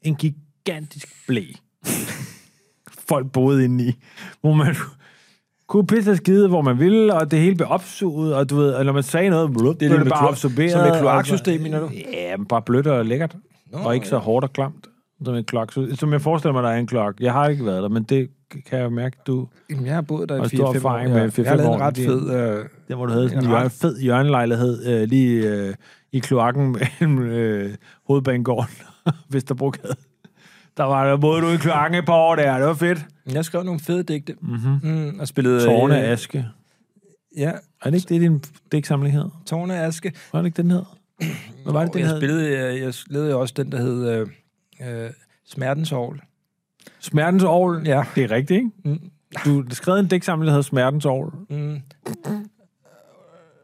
Speaker 2: en gigantisk blæ, [LAUGHS] folk boede inde i, hvor man [LAUGHS] kunne pisse og skide, hvor man ville, og det hele blev opsuget, og du ved, og når man sagde noget, blup, det,
Speaker 1: lidt
Speaker 2: blev det
Speaker 1: med
Speaker 2: bare
Speaker 1: klo-
Speaker 2: absorberet.
Speaker 1: som et
Speaker 2: og så-
Speaker 1: kloaksystem, mener du?
Speaker 2: Ja, men bare blødt og lækkert, Nå, og ikke så hårdt og klamt. Som, et kloak, som jeg forestiller mig, der er en kloak. Jeg har ikke været der, men det kan jeg mærke, du...
Speaker 1: Jamen, jeg har boet der
Speaker 2: Og
Speaker 1: i
Speaker 2: stor
Speaker 1: 4-5 år.
Speaker 2: erfaring
Speaker 1: ja.
Speaker 2: med 4-5
Speaker 1: jeg har lavet
Speaker 2: år,
Speaker 1: en ret
Speaker 2: det-
Speaker 1: fed... Øh,
Speaker 2: Der, hvor du havde sådan en
Speaker 1: Ja.
Speaker 2: hjørne, fed hjørnelejlighed øh, lige øh, i kloakken [LAUGHS] mellem øh, Hovedbanegården og Vesterbrogade. Der var der både du i kloakken et par år der. Det var fedt.
Speaker 1: jeg skrev nogle fede digte. Mm-hmm. Mm, og spillede...
Speaker 2: Mhm. Tårne
Speaker 1: øh,
Speaker 2: af aske.
Speaker 1: Ja,
Speaker 2: Er det ikke det, din digtsamling hed?
Speaker 1: Tårne af Aske.
Speaker 2: Var det ikke den hed? Hvad var det, den
Speaker 1: jeg,
Speaker 2: hed?
Speaker 1: spillede, jeg, jeg lavede jo også den, der hed øh, øh, Smertens Aarhus.
Speaker 2: Smertens Aarhus.
Speaker 1: Ja.
Speaker 2: Det er rigtigt, ikke?
Speaker 1: Mm.
Speaker 2: Du skrev en digtsamling, der hedder Smertens Aarhus.
Speaker 1: Mm.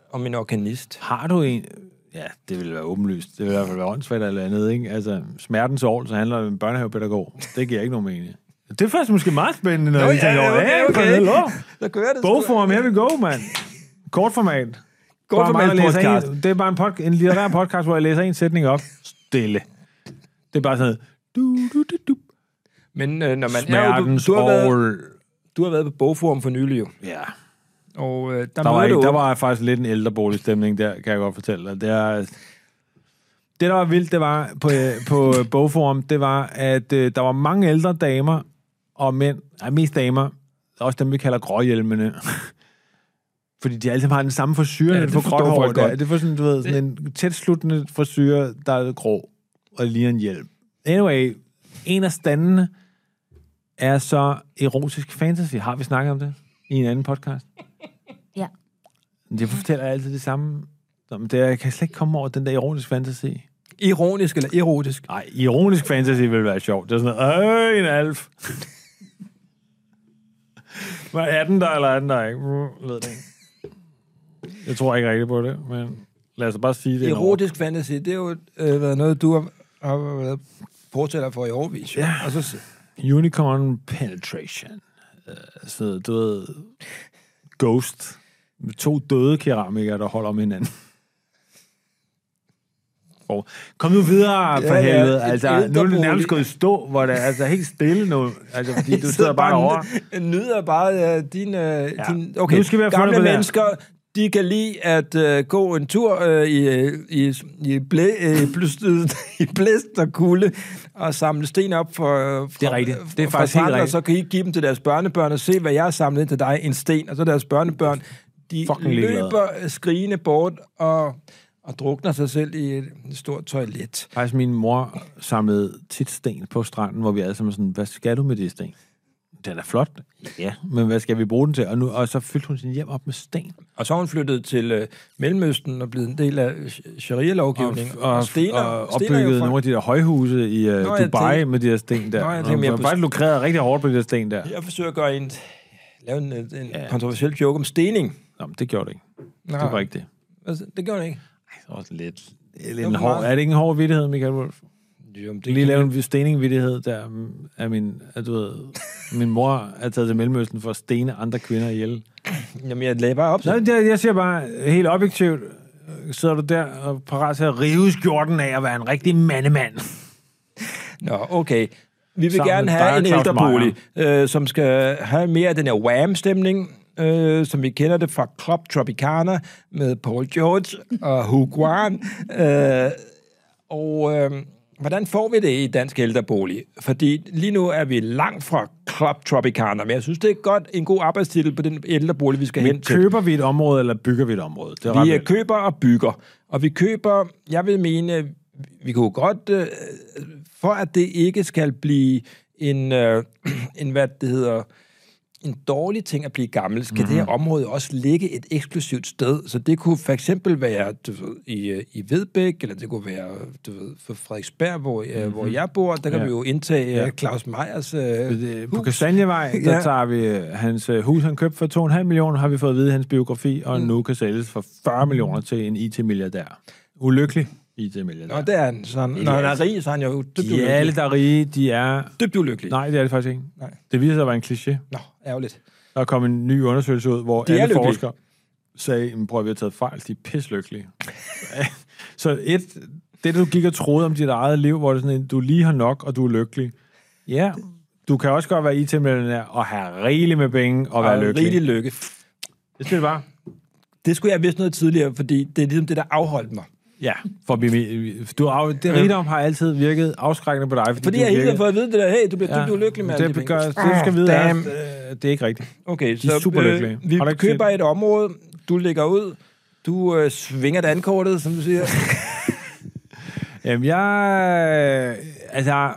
Speaker 1: Og min organist.
Speaker 2: Har du en... Ja, det ville være åbenlyst. Det ville i hvert fald være åndssvagt eller andet, ikke? Altså, smertens år, så handler det om en børnehavepædagog. Det giver ikke nogen mening. Det er faktisk måske meget spændende, når
Speaker 1: Nå,
Speaker 2: vi
Speaker 1: ja,
Speaker 2: tænker
Speaker 1: ja,
Speaker 2: over det.
Speaker 1: okay,
Speaker 2: Hey,
Speaker 1: okay.
Speaker 2: for helvede.
Speaker 1: Der kører det.
Speaker 2: Bogform, here we go, mand. Kortformat. Bare mig,
Speaker 1: Bogformat
Speaker 2: der læser
Speaker 1: podcast.
Speaker 2: En, det er bare en, pod- en litterær podcast, hvor jeg læser en sætning op. Stille. Det er bare sådan noget. Du, du, du, du.
Speaker 1: Men øh, når man er jo, du,
Speaker 2: Smertens
Speaker 1: du, har været,
Speaker 2: år.
Speaker 1: du har været på Bogforum for nylig jo.
Speaker 2: Ja.
Speaker 1: Og øh, der,
Speaker 2: Der var,
Speaker 1: møder
Speaker 2: ikke,
Speaker 1: du...
Speaker 2: der var faktisk lidt en ældreboligstemning der, kan jeg godt fortælle dig. Det, er, det der var vildt, det var på, øh, på øh, bogforum, det var, at øh, der var mange ældre damer og mænd, nej, mest damer, også dem, vi kalder gråhjelmene, [LAUGHS] fordi de alle sammen har den samme frisyr,
Speaker 1: Ja,
Speaker 2: ja, det
Speaker 1: det
Speaker 2: for
Speaker 1: forstår
Speaker 2: gråt hår.
Speaker 1: folk
Speaker 2: Det, er,
Speaker 1: godt.
Speaker 2: det er for sådan, du ved, sådan en tætsluttende frisyr, der er grå og ligner en hjelm. Anyway, en af standene er så erotisk fantasy. Har vi snakket om det i en anden podcast?
Speaker 4: Ja.
Speaker 2: Men Det fortæller jeg altid det samme. Nå, men det, er- jeg kan slet ikke komme over den der ironisk fantasy.
Speaker 1: Ironisk eller erotisk?
Speaker 2: Nej, ironisk fantasy ville være sjovt. Det er sådan noget, øh, en alf. Hvad er den der, eller er den der ikke? Mm, Ved det ikke. Jeg tror ikke rigtigt på det, men lad os bare sige det. er en
Speaker 1: Erotisk fantasy, det har jo øh, været noget, du har, har været fortæller for i årvis. jo.
Speaker 2: Ja.
Speaker 1: Og så,
Speaker 2: ord. Unicorn penetration. Øh, Så du ved, ghost. To døde keramikere, der holder om hinanden. sprog. Kom nu videre for
Speaker 1: Ja, ja,
Speaker 2: helvede.
Speaker 1: et
Speaker 2: Altså, nu er det
Speaker 1: ældrebolig.
Speaker 2: nærmest gået i stå, hvor det er altså helt stille nu. Altså, fordi
Speaker 1: [LAUGHS]
Speaker 2: du
Speaker 1: Jeg
Speaker 2: sidder bare over.
Speaker 1: og n- nyder bare uh, din, uh, ja. din... Okay,
Speaker 2: Nu skal vi have fundet på
Speaker 1: gamle
Speaker 2: det her.
Speaker 1: mennesker, de kan lide at uh, gå en tur uh, i, øh, i, i, blæ, uh, blæst, [LAUGHS] i blæst og kulde og samle sten op for, øh, fra,
Speaker 2: Det er rigtigt. Det er
Speaker 1: fra
Speaker 2: faktisk helt
Speaker 1: stranden, Og
Speaker 2: rigtigt.
Speaker 1: så kan I give dem til deres børnebørn og se, hvad jeg har samlet ind til dig, en sten. Og så deres børnebørn, de
Speaker 2: Fucking ligeglade.
Speaker 1: løber øh, skrigende bort og, og drukner sig selv i et stort toilet.
Speaker 2: Faktisk, min mor samlede tit sten på stranden, hvor vi alle sammen var sådan, hvad skal du med de sten? Den er flot. Ja. Men hvad skal vi bruge den til? Og, nu, og så fyldte hun sin hjem op med sten.
Speaker 1: Og så er hun flyttet til øh, Mellemøsten og blevet en del af sh- sharia-lovgivningen.
Speaker 2: og, og, stener, og opbyggede nogle af de der højhuse i uh,
Speaker 1: Nå,
Speaker 2: Nå,
Speaker 1: jeg
Speaker 2: Dubai
Speaker 1: tænker-
Speaker 2: med de der sten der.
Speaker 1: Nå, jeg
Speaker 2: Og
Speaker 1: tænker mere
Speaker 2: hun
Speaker 1: på-
Speaker 2: faktisk lukreret rigtig hårdt på de der sten der.
Speaker 1: Jeg forsøger at gøre en, lave en, øh, en ja. kontroversiel joke om stening.
Speaker 2: Nå, men det gjorde det ikke.
Speaker 1: Nej,
Speaker 2: Det var ikke det.
Speaker 1: Altså, det gjorde hun ikke.
Speaker 2: Det var også lidt...
Speaker 1: var
Speaker 2: En hård,
Speaker 1: meget-
Speaker 2: er det ikke en hård vittighed, Michael Wolf?
Speaker 1: Jo, det
Speaker 2: Lige lave en stening-vittighed der, mm, af min, at du ved, min mor er taget til Mellemøsten for at stene andre kvinder ihjel.
Speaker 1: Jamen, jeg lagde bare op.
Speaker 2: Nå,
Speaker 1: Så.
Speaker 2: men det, jeg siger bare, helt objektivt, øh, sidder du der og er parat til at rive skjorten af og være en rigtig mandemand.
Speaker 1: Nå, okay. Vi vil
Speaker 2: Sammen
Speaker 1: gerne
Speaker 2: med dig
Speaker 1: have
Speaker 2: og
Speaker 1: en
Speaker 2: Claus
Speaker 1: ældrebolig, øh, som skal have mere af den her wham-stemning, øh, som vi kender det fra Club Tropicana med Paul George og Hugh Grant. Øh, Og øh, hvordan får vi det i Dansk Ældrebolig? Fordi lige nu er vi langt fra Club Tropicana, men jeg synes, det er godt en god arbejdstitel på den ældrebolig, vi skal hen til.
Speaker 2: Køber vi et område, eller bygger vi et område? Det er ret
Speaker 1: Vi øh,
Speaker 2: vigtigt.
Speaker 1: køber og bygger. Og vi køber, jeg vil mene, vi kunne godt, øh, for at det ikke skal blive en, øh, [CLEARS THROAT] en hvad det hedder, en dårlig ting at blive gammel, skal mm-hmm. det her
Speaker 2: Mhm.
Speaker 1: område også ligge et eksklusivt sted. Så det kunne for eksempel være du ved, i, øh, i Vedbæk, eller det kunne være du ved, for Frederiksberg, hvor,
Speaker 2: Mhm.
Speaker 1: mm-hmm. hvor jeg bor. Der kan ja. vi jo indtage ja. Claus Meyers øh,
Speaker 2: Øh, På Kastanjevej, der
Speaker 1: Ja.
Speaker 2: tager vi øh, hans øh, hus, han købte for 2,5 millioner, har vi fået at vide i hans biografi,
Speaker 1: Mm.
Speaker 2: og nu kan sælges for 40 millioner til en IT-milliardær. Ulykkelig IT-milliardær.
Speaker 1: og det er han. Så han, når han er rig, så er han jo dybt
Speaker 2: De er alle,
Speaker 1: ulykkelig.
Speaker 2: der er rige, de er...
Speaker 1: Dybt ulykkelig.
Speaker 2: Nej, det er det faktisk ikke.
Speaker 1: Nej.
Speaker 2: Det viser sig at være en kliché.
Speaker 1: Nå, ærgerligt.
Speaker 2: Der kom en ny undersøgelse ud, hvor
Speaker 1: De er
Speaker 2: alle
Speaker 1: lykkelige.
Speaker 2: forskere sagde, "Men prøv at vi har taget fejl, de er
Speaker 1: [LAUGHS]
Speaker 2: pislykkelige. så et, det du gik og troede om dit eget liv, hvor det sådan en, du lige har nok, og du er lykkelig. Ja, du kan også godt være IT-millionær og have rigeligt med penge og være
Speaker 1: Og
Speaker 2: lykkelig.
Speaker 1: Rigtig lykke.
Speaker 2: Det skal det bare.
Speaker 1: Det skulle jeg have vidst noget tidligere, fordi det er ligesom det, der afholdt mig.
Speaker 2: Ja, for vi- du er, af- det rigdom har altid virket afskrækkende på dig. Fordi,
Speaker 1: Fordi
Speaker 2: du
Speaker 1: jeg hele tiden
Speaker 2: virkede-
Speaker 1: har fået at vide det der, hey, du bliver ja. dybt ulykkelig med alle
Speaker 2: det,
Speaker 1: de
Speaker 2: det,
Speaker 1: penge. Ah,
Speaker 2: gør, det, du skal vide, er, at,
Speaker 1: damn.
Speaker 2: øh, det er ikke rigtigt.
Speaker 1: Okay,
Speaker 2: er
Speaker 1: så
Speaker 2: superlykkelige.
Speaker 1: øh, vi
Speaker 2: Har du ikke
Speaker 1: køber
Speaker 2: set-
Speaker 1: et område, du ligger ud, du øh, svinger dankortet, som du
Speaker 2: [LAUGHS]
Speaker 1: siger.
Speaker 2: Jamen, jeg... øh, Altså...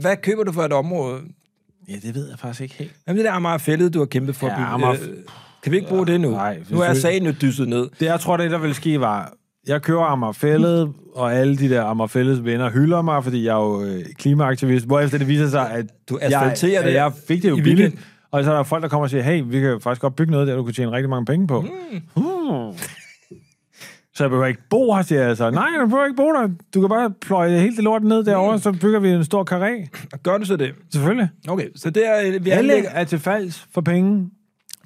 Speaker 1: Hvad køber du for et område?
Speaker 2: Ja, det ved jeg faktisk ikke helt.
Speaker 1: Jamen, det der Amager Fælled, du har kæmpet for.
Speaker 2: Ja,
Speaker 1: at bygge,
Speaker 2: Amager-
Speaker 1: øh, kan vi ikke bruge det nu?
Speaker 2: Nej,
Speaker 1: nu er
Speaker 2: selvfølgelig.
Speaker 1: sagen jo dysset ned.
Speaker 2: Det, jeg tror, det, der ville ske, var... Jeg kører Ammerfællet, og alle de der Ammerfællets venner hylder mig, fordi jeg er jo øh, klimaaktivist, hvorefter det viser sig, at
Speaker 1: Du
Speaker 2: jeg,
Speaker 1: asfalterer det
Speaker 2: jeg fik det jo
Speaker 1: i
Speaker 2: billigt.
Speaker 1: weekenden.
Speaker 2: Og så er der folk, der kommer og siger, hey, vi kan faktisk godt bygge noget der, du kan tjene rigtig mange penge på. Hmm. Så jeg behøver ikke bo her, siger jeg så. Nej, du behøver ikke bo der. Du kan bare pløje hele det lort ned derovre,
Speaker 1: Hmm.
Speaker 2: så bygger vi en stor karé.
Speaker 1: Gør du så det?
Speaker 2: Selvfølgelig.
Speaker 1: Okay, så det er... øh, Vi
Speaker 2: Alle
Speaker 1: anlægger...
Speaker 2: er til falds for penge.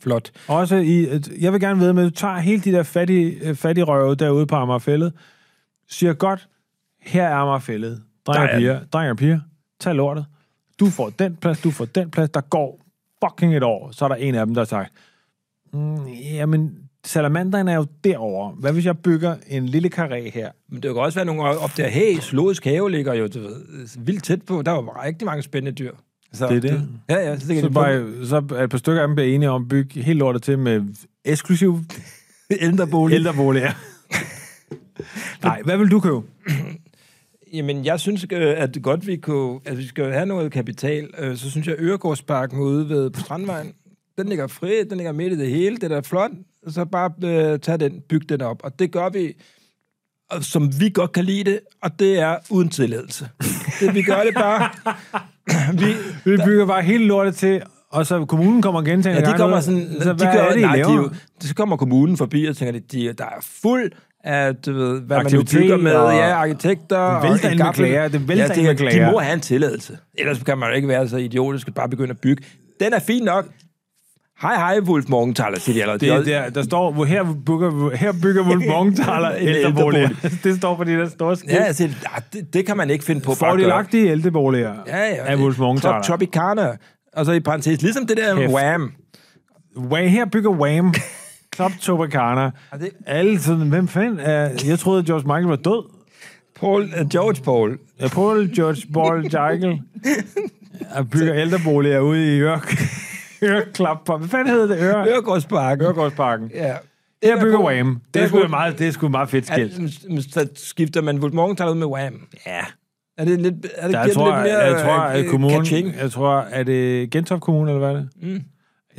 Speaker 1: Flot.
Speaker 2: Også i, at- jeg vil gerne vide, med, at du tager hele de der fattige, øh, fattige røve derude på Amagerfællet, siger godt, her er Amagerfællet. Dreng og
Speaker 1: Der er
Speaker 2: piger, dreng og piger, tag lortet. Du får den plads, du får den plads, der går fucking et år. Så er der en af dem, der har sagt, mm, jamen, salamanderen er jo derovre. Hvad hvis jeg bygger en lille karé her?
Speaker 1: Men det kan også være nogle opdager, hey, zoologisk have ligger jo du ved, vildt tæt på. Der var rigtig mange spændende dyr. Så,
Speaker 2: Det er det.
Speaker 1: du- Ja, ja, så, det kan
Speaker 2: Så,
Speaker 1: de
Speaker 2: bare, så er et par stykker af dem bliver enige om at bygge helt lortet til med eksklusiv
Speaker 1: ældrebolig. [LAUGHS]
Speaker 2: ældreboliger. Nej, hvad vil du [CLEARS THROAT] købe?
Speaker 1: Jamen, jeg synes, øh, at godt vi kunne, at vi skal have noget kapital, øh, så synes jeg, at Øregårdsparken ude ved på Strandvejen, den ligger fri, den ligger midt i det hele, den er flot, så bare øh, tag den, byg den op. Og det gør vi, og som vi godt kan lide det, og det er uden tilladelse.
Speaker 2: [LAUGHS]
Speaker 1: Det, vi gør det bare. vi,
Speaker 2: Vi bygger bare hele lortet til, og så kommunen kommer gentagende
Speaker 1: Ja, de
Speaker 2: gange
Speaker 1: kommer
Speaker 2: ud.
Speaker 1: sådan...
Speaker 2: så
Speaker 1: de
Speaker 2: hvad
Speaker 1: gør,
Speaker 2: er det, I
Speaker 1: nej, de,
Speaker 2: laver?
Speaker 1: er jo- så kommer kommunen forbi og tænker, at de, der er fuld af, du ved, hvad man nu
Speaker 2: Aktivitet
Speaker 1: bygger med,
Speaker 2: og-
Speaker 1: ja, arkitekter og...
Speaker 2: vælter ind med
Speaker 1: gaffel.
Speaker 2: klager, det vælter
Speaker 1: det
Speaker 2: ind med
Speaker 1: er-
Speaker 2: klager.
Speaker 1: De må have en tilladelse. Ellers kan man jo ikke være så idiotisk at bare begynde at bygge. Den er fin nok. Hej, hej, Wolf Morgenthaler, siger de allerede.
Speaker 2: Det er der, der står, hvor her bygger, her
Speaker 1: [LAUGHS]
Speaker 2: bygger Wolf Morgenthaler en ældrebolig. [LAUGHS] det står på det der store skilt.
Speaker 1: Ja,
Speaker 2: Ja,
Speaker 1: altså, ah, det, det, kan man ikke finde på. bare at gøre.
Speaker 2: Fordelagtige ældreboliger
Speaker 1: Ja, ja.
Speaker 2: af Wolf Morgenthaler.
Speaker 1: Trop- Tropicana. Og så i parentes, ligesom det der
Speaker 2: Kæft.
Speaker 1: Wham.
Speaker 2: Wha- her bygger
Speaker 1: [LAUGHS]
Speaker 2: Wham. Klop Topacana.
Speaker 1: det-
Speaker 2: Alle sådan, hvem fanden er... Jeg troede, at George Michael var død.
Speaker 1: Paul, uh, George Paul.
Speaker 2: Ja, Paul George
Speaker 1: [LAUGHS]
Speaker 2: Paul Michael. Jeg bygger ældreboliger ude i Ørk. Ørklap. Hvad fanden hedder det? Ør...
Speaker 1: Øregårdsparken.
Speaker 2: Ørgårdsparken.
Speaker 1: Ja.
Speaker 2: Her bygger Wham. Det er sgu
Speaker 1: god.
Speaker 2: et meget, det er sgu et meget fedt skilt.
Speaker 1: At, så skifter man Wolf Morgenthaler ud med Wham.
Speaker 2: Ja.
Speaker 1: Er det lidt, er det, giver
Speaker 2: Der, jeg,
Speaker 1: det
Speaker 2: tror,
Speaker 1: lidt mere
Speaker 2: jeg, jeg tror,
Speaker 1: øh,
Speaker 2: at
Speaker 1: øh,
Speaker 2: kommunen...
Speaker 1: kaching?
Speaker 2: Jeg tror, er det Gentofte Kommune, eller hvad er det? Mm.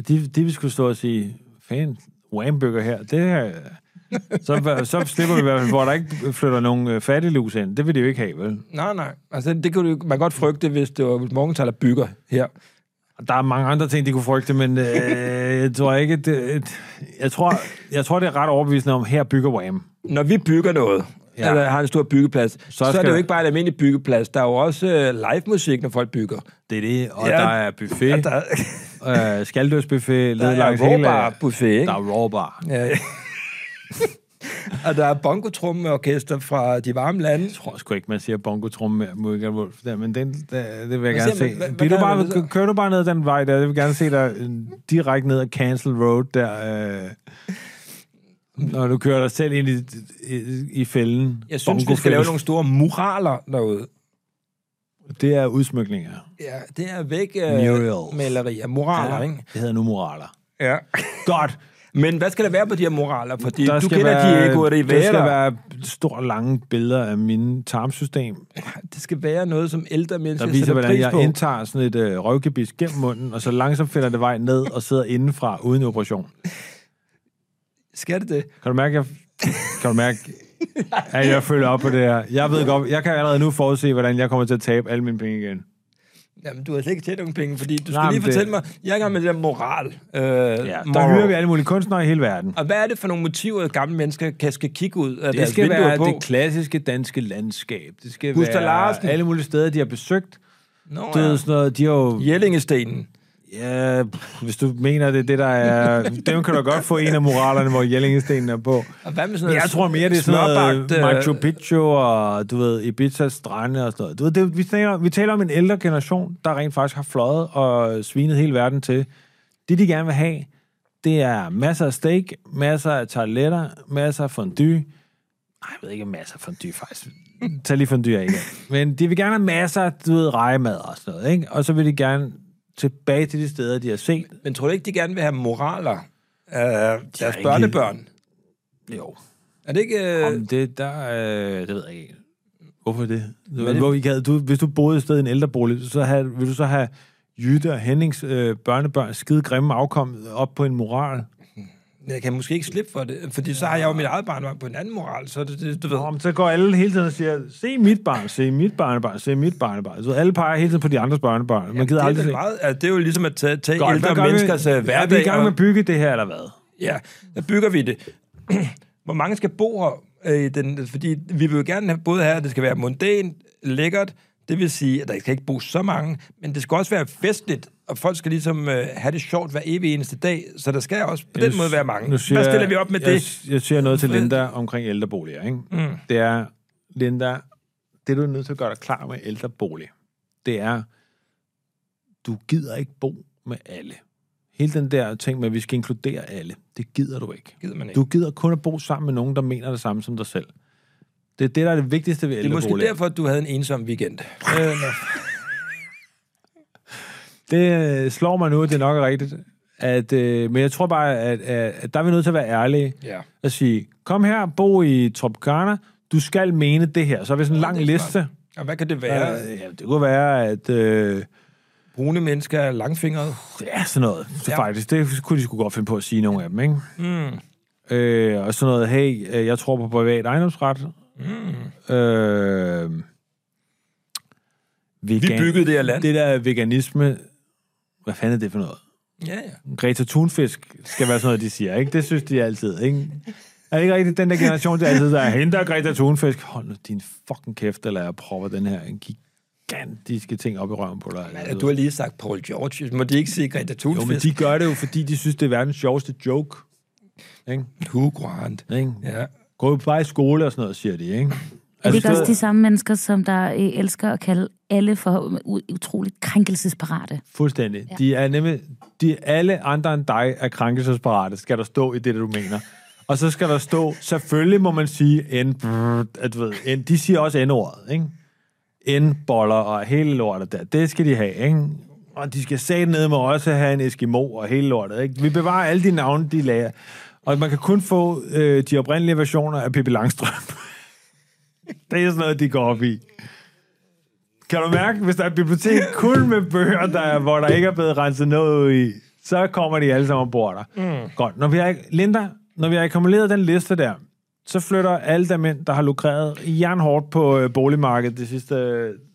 Speaker 2: De, de vil skulle stå og sige, fan, Wham-bygger her, det her... så, så slipper vi i hvert fald, hvor der ikke flytter nogen øh, fattiglus ind. Det vil de jo ikke have, vel?
Speaker 1: Nej, nej. Altså, det kunne du, man godt frygte, hvis det var Wolf Morgenthaler bygger her.
Speaker 2: Der er mange andre ting, de kunne frygte, men øh, jeg tror ikke... Det, jeg, tror, jeg tror, det er ret overbevisende om, her bygger Wham.
Speaker 1: Når vi bygger noget,
Speaker 2: Ja.
Speaker 1: ja. eller har en stor byggeplads, så, så er
Speaker 2: skal
Speaker 1: det jo
Speaker 2: der-
Speaker 1: ikke bare en almindelig byggeplads. Der er jo også øh, live-musik, når folk bygger.
Speaker 2: Det er det, og
Speaker 1: Ja.
Speaker 2: der er buffet, ja,
Speaker 1: Ja, der, [LAUGHS]
Speaker 2: der... Øh, skaldøsbuffet,
Speaker 1: der er
Speaker 2: langs hele...
Speaker 1: råbar buffet, ikke?
Speaker 2: Der er raw bar.
Speaker 1: Ja. og der er bongotrummeorkester fra de varme lande.
Speaker 2: Jeg tror sgu ikke, man siger bongo-trum med Michael Wolf der, men den, der, det vil jeg
Speaker 1: Hvad
Speaker 2: gerne
Speaker 1: siger
Speaker 2: se.
Speaker 1: man? Hvad- hvad
Speaker 2: Bliver du
Speaker 1: gør man
Speaker 2: bare,
Speaker 1: så?
Speaker 2: kører du bare ned ad den vej der? Jeg vil gerne se dig øh, direkte ned ad Cancel Road der. Øh, når du kører dig selv ind i, i, i fælden.
Speaker 1: Jeg synes, vi skal lave nogle store muraler derude.
Speaker 2: Det er udsmykninger.
Speaker 1: Ja, det er væk
Speaker 2: Murals.
Speaker 1: øh, malerier. Moraler, ja. ikke?
Speaker 2: Det hedder nu moraler.
Speaker 1: [LAUGHS] Ja.
Speaker 2: Godt.
Speaker 1: Men hvad skal der være på de her moraler? Fordi
Speaker 2: Der
Speaker 1: du
Speaker 2: skal
Speaker 1: kender
Speaker 2: være,
Speaker 1: de egoer, det er
Speaker 2: der skal
Speaker 1: der.
Speaker 2: være store, lange billeder af min tarmsystem,
Speaker 1: det skal være noget, som ældre
Speaker 2: der
Speaker 1: mennesker
Speaker 2: viser,
Speaker 1: sætter
Speaker 2: hvordan
Speaker 1: pris
Speaker 2: jeg
Speaker 1: på.
Speaker 2: indtager sådan et øh, røvgebis gennem munden, og så langsomt finder det vej ned og sidder indenfra uden operation.
Speaker 1: Skal det det?
Speaker 2: Kan du mærke, jeg, kan du mærke, at jeg følger op på det her? Jeg ved godt, jeg kan allerede nu forudse, hvordan jeg kommer til at tabe alle mine penge igen.
Speaker 1: Jamen, du har slet ikke tjent nogen penge, fordi du skal
Speaker 2: Nej,
Speaker 1: lige
Speaker 2: men det-
Speaker 1: fortælle mig, jeg er i gang med det der moral. Øh, ja,
Speaker 2: Der hyrer vi alle mulige kunstnere i hele verden.
Speaker 1: Og hvad er det for nogle motiver, at gamle mennesker kan skal kigge ud af
Speaker 2: Det
Speaker 1: deres
Speaker 2: skal
Speaker 1: vinduer
Speaker 2: være
Speaker 1: på?
Speaker 2: det klassiske danske landskab. Det skal
Speaker 1: Buster
Speaker 2: være
Speaker 1: Larsen.
Speaker 2: alle mulige steder, de har besøgt.
Speaker 1: Nå,
Speaker 2: Du ved, sådan noget, de har jo...
Speaker 1: ja. Jellingestenen.
Speaker 2: Ja, pff, hvis du mener, det er det, der
Speaker 1: [LAUGHS]
Speaker 2: er... Dem kan du godt få en af moralerne, hvor Jellingestenen er på.
Speaker 1: Og hvad med sådan
Speaker 2: Men
Speaker 1: noget
Speaker 2: jeg tror mere, det er sådan noget
Speaker 1: smørbagt, øh,
Speaker 2: Machu Picchu og, du ved, Ibiza strande og sådan noget. Du ved, det, vi, taler, vi taler om en ældre generation, der rent faktisk har fløjet og svinet hele verden til. Det, de gerne vil have, det er masser af steak, masser af tarteletter, masser af fondue. Ej, jeg ved ikke, om masser af fondue faktisk. Tag lige fondue af igen. Men de vil gerne have masser af, du ved, rejemad og sådan noget, ikke? Og så vil de gerne tilbage til de steder, de har set.
Speaker 1: Men tror du ikke, de gerne vil have moraler? Øh, deres
Speaker 2: ikke
Speaker 1: børnebørn.
Speaker 2: Jo.
Speaker 1: Er det ikke... Øh,
Speaker 2: Om det, der, øh, det ved jeg ikke. Hvorfor det?
Speaker 1: det-
Speaker 2: Hvor ikke havde, du, hvis du boede et sted i en ældrebolig, så havde, ville du så have Jytte og Hennings øh, børnebørn skide grimme afkom op på en moral?
Speaker 1: jeg kan måske ikke slippe for det, fordi så har jeg jo mit eget barn på en anden moral, så det, det du ved.
Speaker 2: Om, så går alle hele tiden og siger, se mit barn, se mit barnebarn, se mit barnebarn. Så alle peger hele tiden på de andres børnebørn. Man gider
Speaker 1: det, er
Speaker 2: aldrig
Speaker 1: vel
Speaker 2: se.
Speaker 1: meget, altså, det er jo ligesom at tage, tage
Speaker 2: Godt, hvad
Speaker 1: ældre
Speaker 2: gør vi?
Speaker 1: menneskers øh, hverdag.
Speaker 2: Er vi i gang
Speaker 1: og-
Speaker 2: med at bygge det her, eller hvad?
Speaker 1: Ja, der bygger vi det. [CLEARS THROAT] Hvor mange skal bo her? Øh, den, fordi vi vil jo gerne have, både have, at det skal være mondænt, lækkert, det vil sige, at der skal ikke bo så mange, men det skal også være festligt, og folk skal ligesom øh, have det sjovt hver evig eneste dag, så der skal også på den
Speaker 2: Nu-
Speaker 1: måde være mange.
Speaker 2: nu
Speaker 1: Hvad
Speaker 2: siger
Speaker 1: stiller
Speaker 2: jeg-
Speaker 1: vi op med
Speaker 2: jeg,
Speaker 1: det?
Speaker 2: Jeg siger noget til Linda omkring ældreboliger, ikke? Mm. Det er, Linda, det du er nødt til at gøre dig klar med ældrebolig, det er, du gider ikke bo med alle. Hele den der ting med, at vi skal inkludere alle, det gider du ikke.
Speaker 1: Gider man ikke.
Speaker 2: Du gider kun at bo sammen med nogen, der mener det samme som dig selv. Det er det, der er det vigtigste ved
Speaker 1: det er
Speaker 2: ældreboliger.
Speaker 1: måske derfor, at du havde en ensom weekend. Øh, nå.
Speaker 2: Det øh, slår mig nu, at det nok er rigtigt. At, øh, men jeg tror bare, at, at, at der er vi nødt til at være ærlige.
Speaker 1: Ja.
Speaker 2: At sige, kom her, bo i Tropicana, du skal mene det her. Så er vi sådan en lang
Speaker 1: det er
Speaker 2: liste.
Speaker 1: og hvad kan det
Speaker 2: Ja,
Speaker 1: være?
Speaker 2: ja, det kunne være, at... Øh,
Speaker 1: Brune mennesker er langfingrede.
Speaker 2: ja, sådan noget. Så
Speaker 1: Ja.
Speaker 2: faktisk, det kunne de sgu godt finde på at sige nogle af dem, ikke? Mm. Øh, og sådan noget, hey, øh, jeg tror på privat ejendomsret. Mm. Øh, vegan,
Speaker 1: byggede det her land.
Speaker 2: Det der veganisme, hvad fanden er det for noget?
Speaker 1: Ja, ja.
Speaker 2: Greta Thunfisk skal være sådan noget, de siger, ikke? Det synes de altid, ikke? Er det ikke rigtigt den der generation, der altid der henter Greta Thunfisk? Hold nu din fucking kæft, eller jeg propper den her en gigantiske ting op i røven på dig.
Speaker 1: Ja, du har lige sagt Paul George. Må de ikke sige Greta
Speaker 2: Jo, men
Speaker 1: Thunfisk?
Speaker 2: de gør det jo, fordi de synes, det er verdens sjoveste joke. Ikke?
Speaker 1: Hugh Grant.
Speaker 2: Ikke?
Speaker 1: Ja. Øh,
Speaker 2: Gå jo bare i skole og sådan noget, siger de, ikke? Altså,
Speaker 4: Er det ikke
Speaker 2: så-
Speaker 4: også de samme mennesker, som der øh, elsker at kalde alle for u- utroligt krænkelsesparate?
Speaker 2: Fuldstændig. Ja. De er nemlig, de, alle andre end dig er krænkelsesparate, skal der stå i det, du mener. Og så skal der stå, selvfølgelig må man sige en, at du ved, en, de siger også n-ordet, ikke? En boller og hele lortet der. Det skal de have, ikke? Og de skal sætte ned med også have en Eskimo og hele lortet, ikke? Vi bevarer alle de navne, de lager. Og man kan kun få øh, de oprindelige versioner af Pippi Langstrømpe. Det er sådan noget, de går op i. Kan du mærke, hvis der er et bibliotek kun med bøger, der er, hvor der ikke er blevet renset noget ud i, så kommer de alle sammen ombord der. Mm. Godt. Når vi har, Linda, når vi har akkumuleret den liste der, så flytter alle de mænd, der har lukreret jernhårdt på øh, boligmarkedet de sidste øh,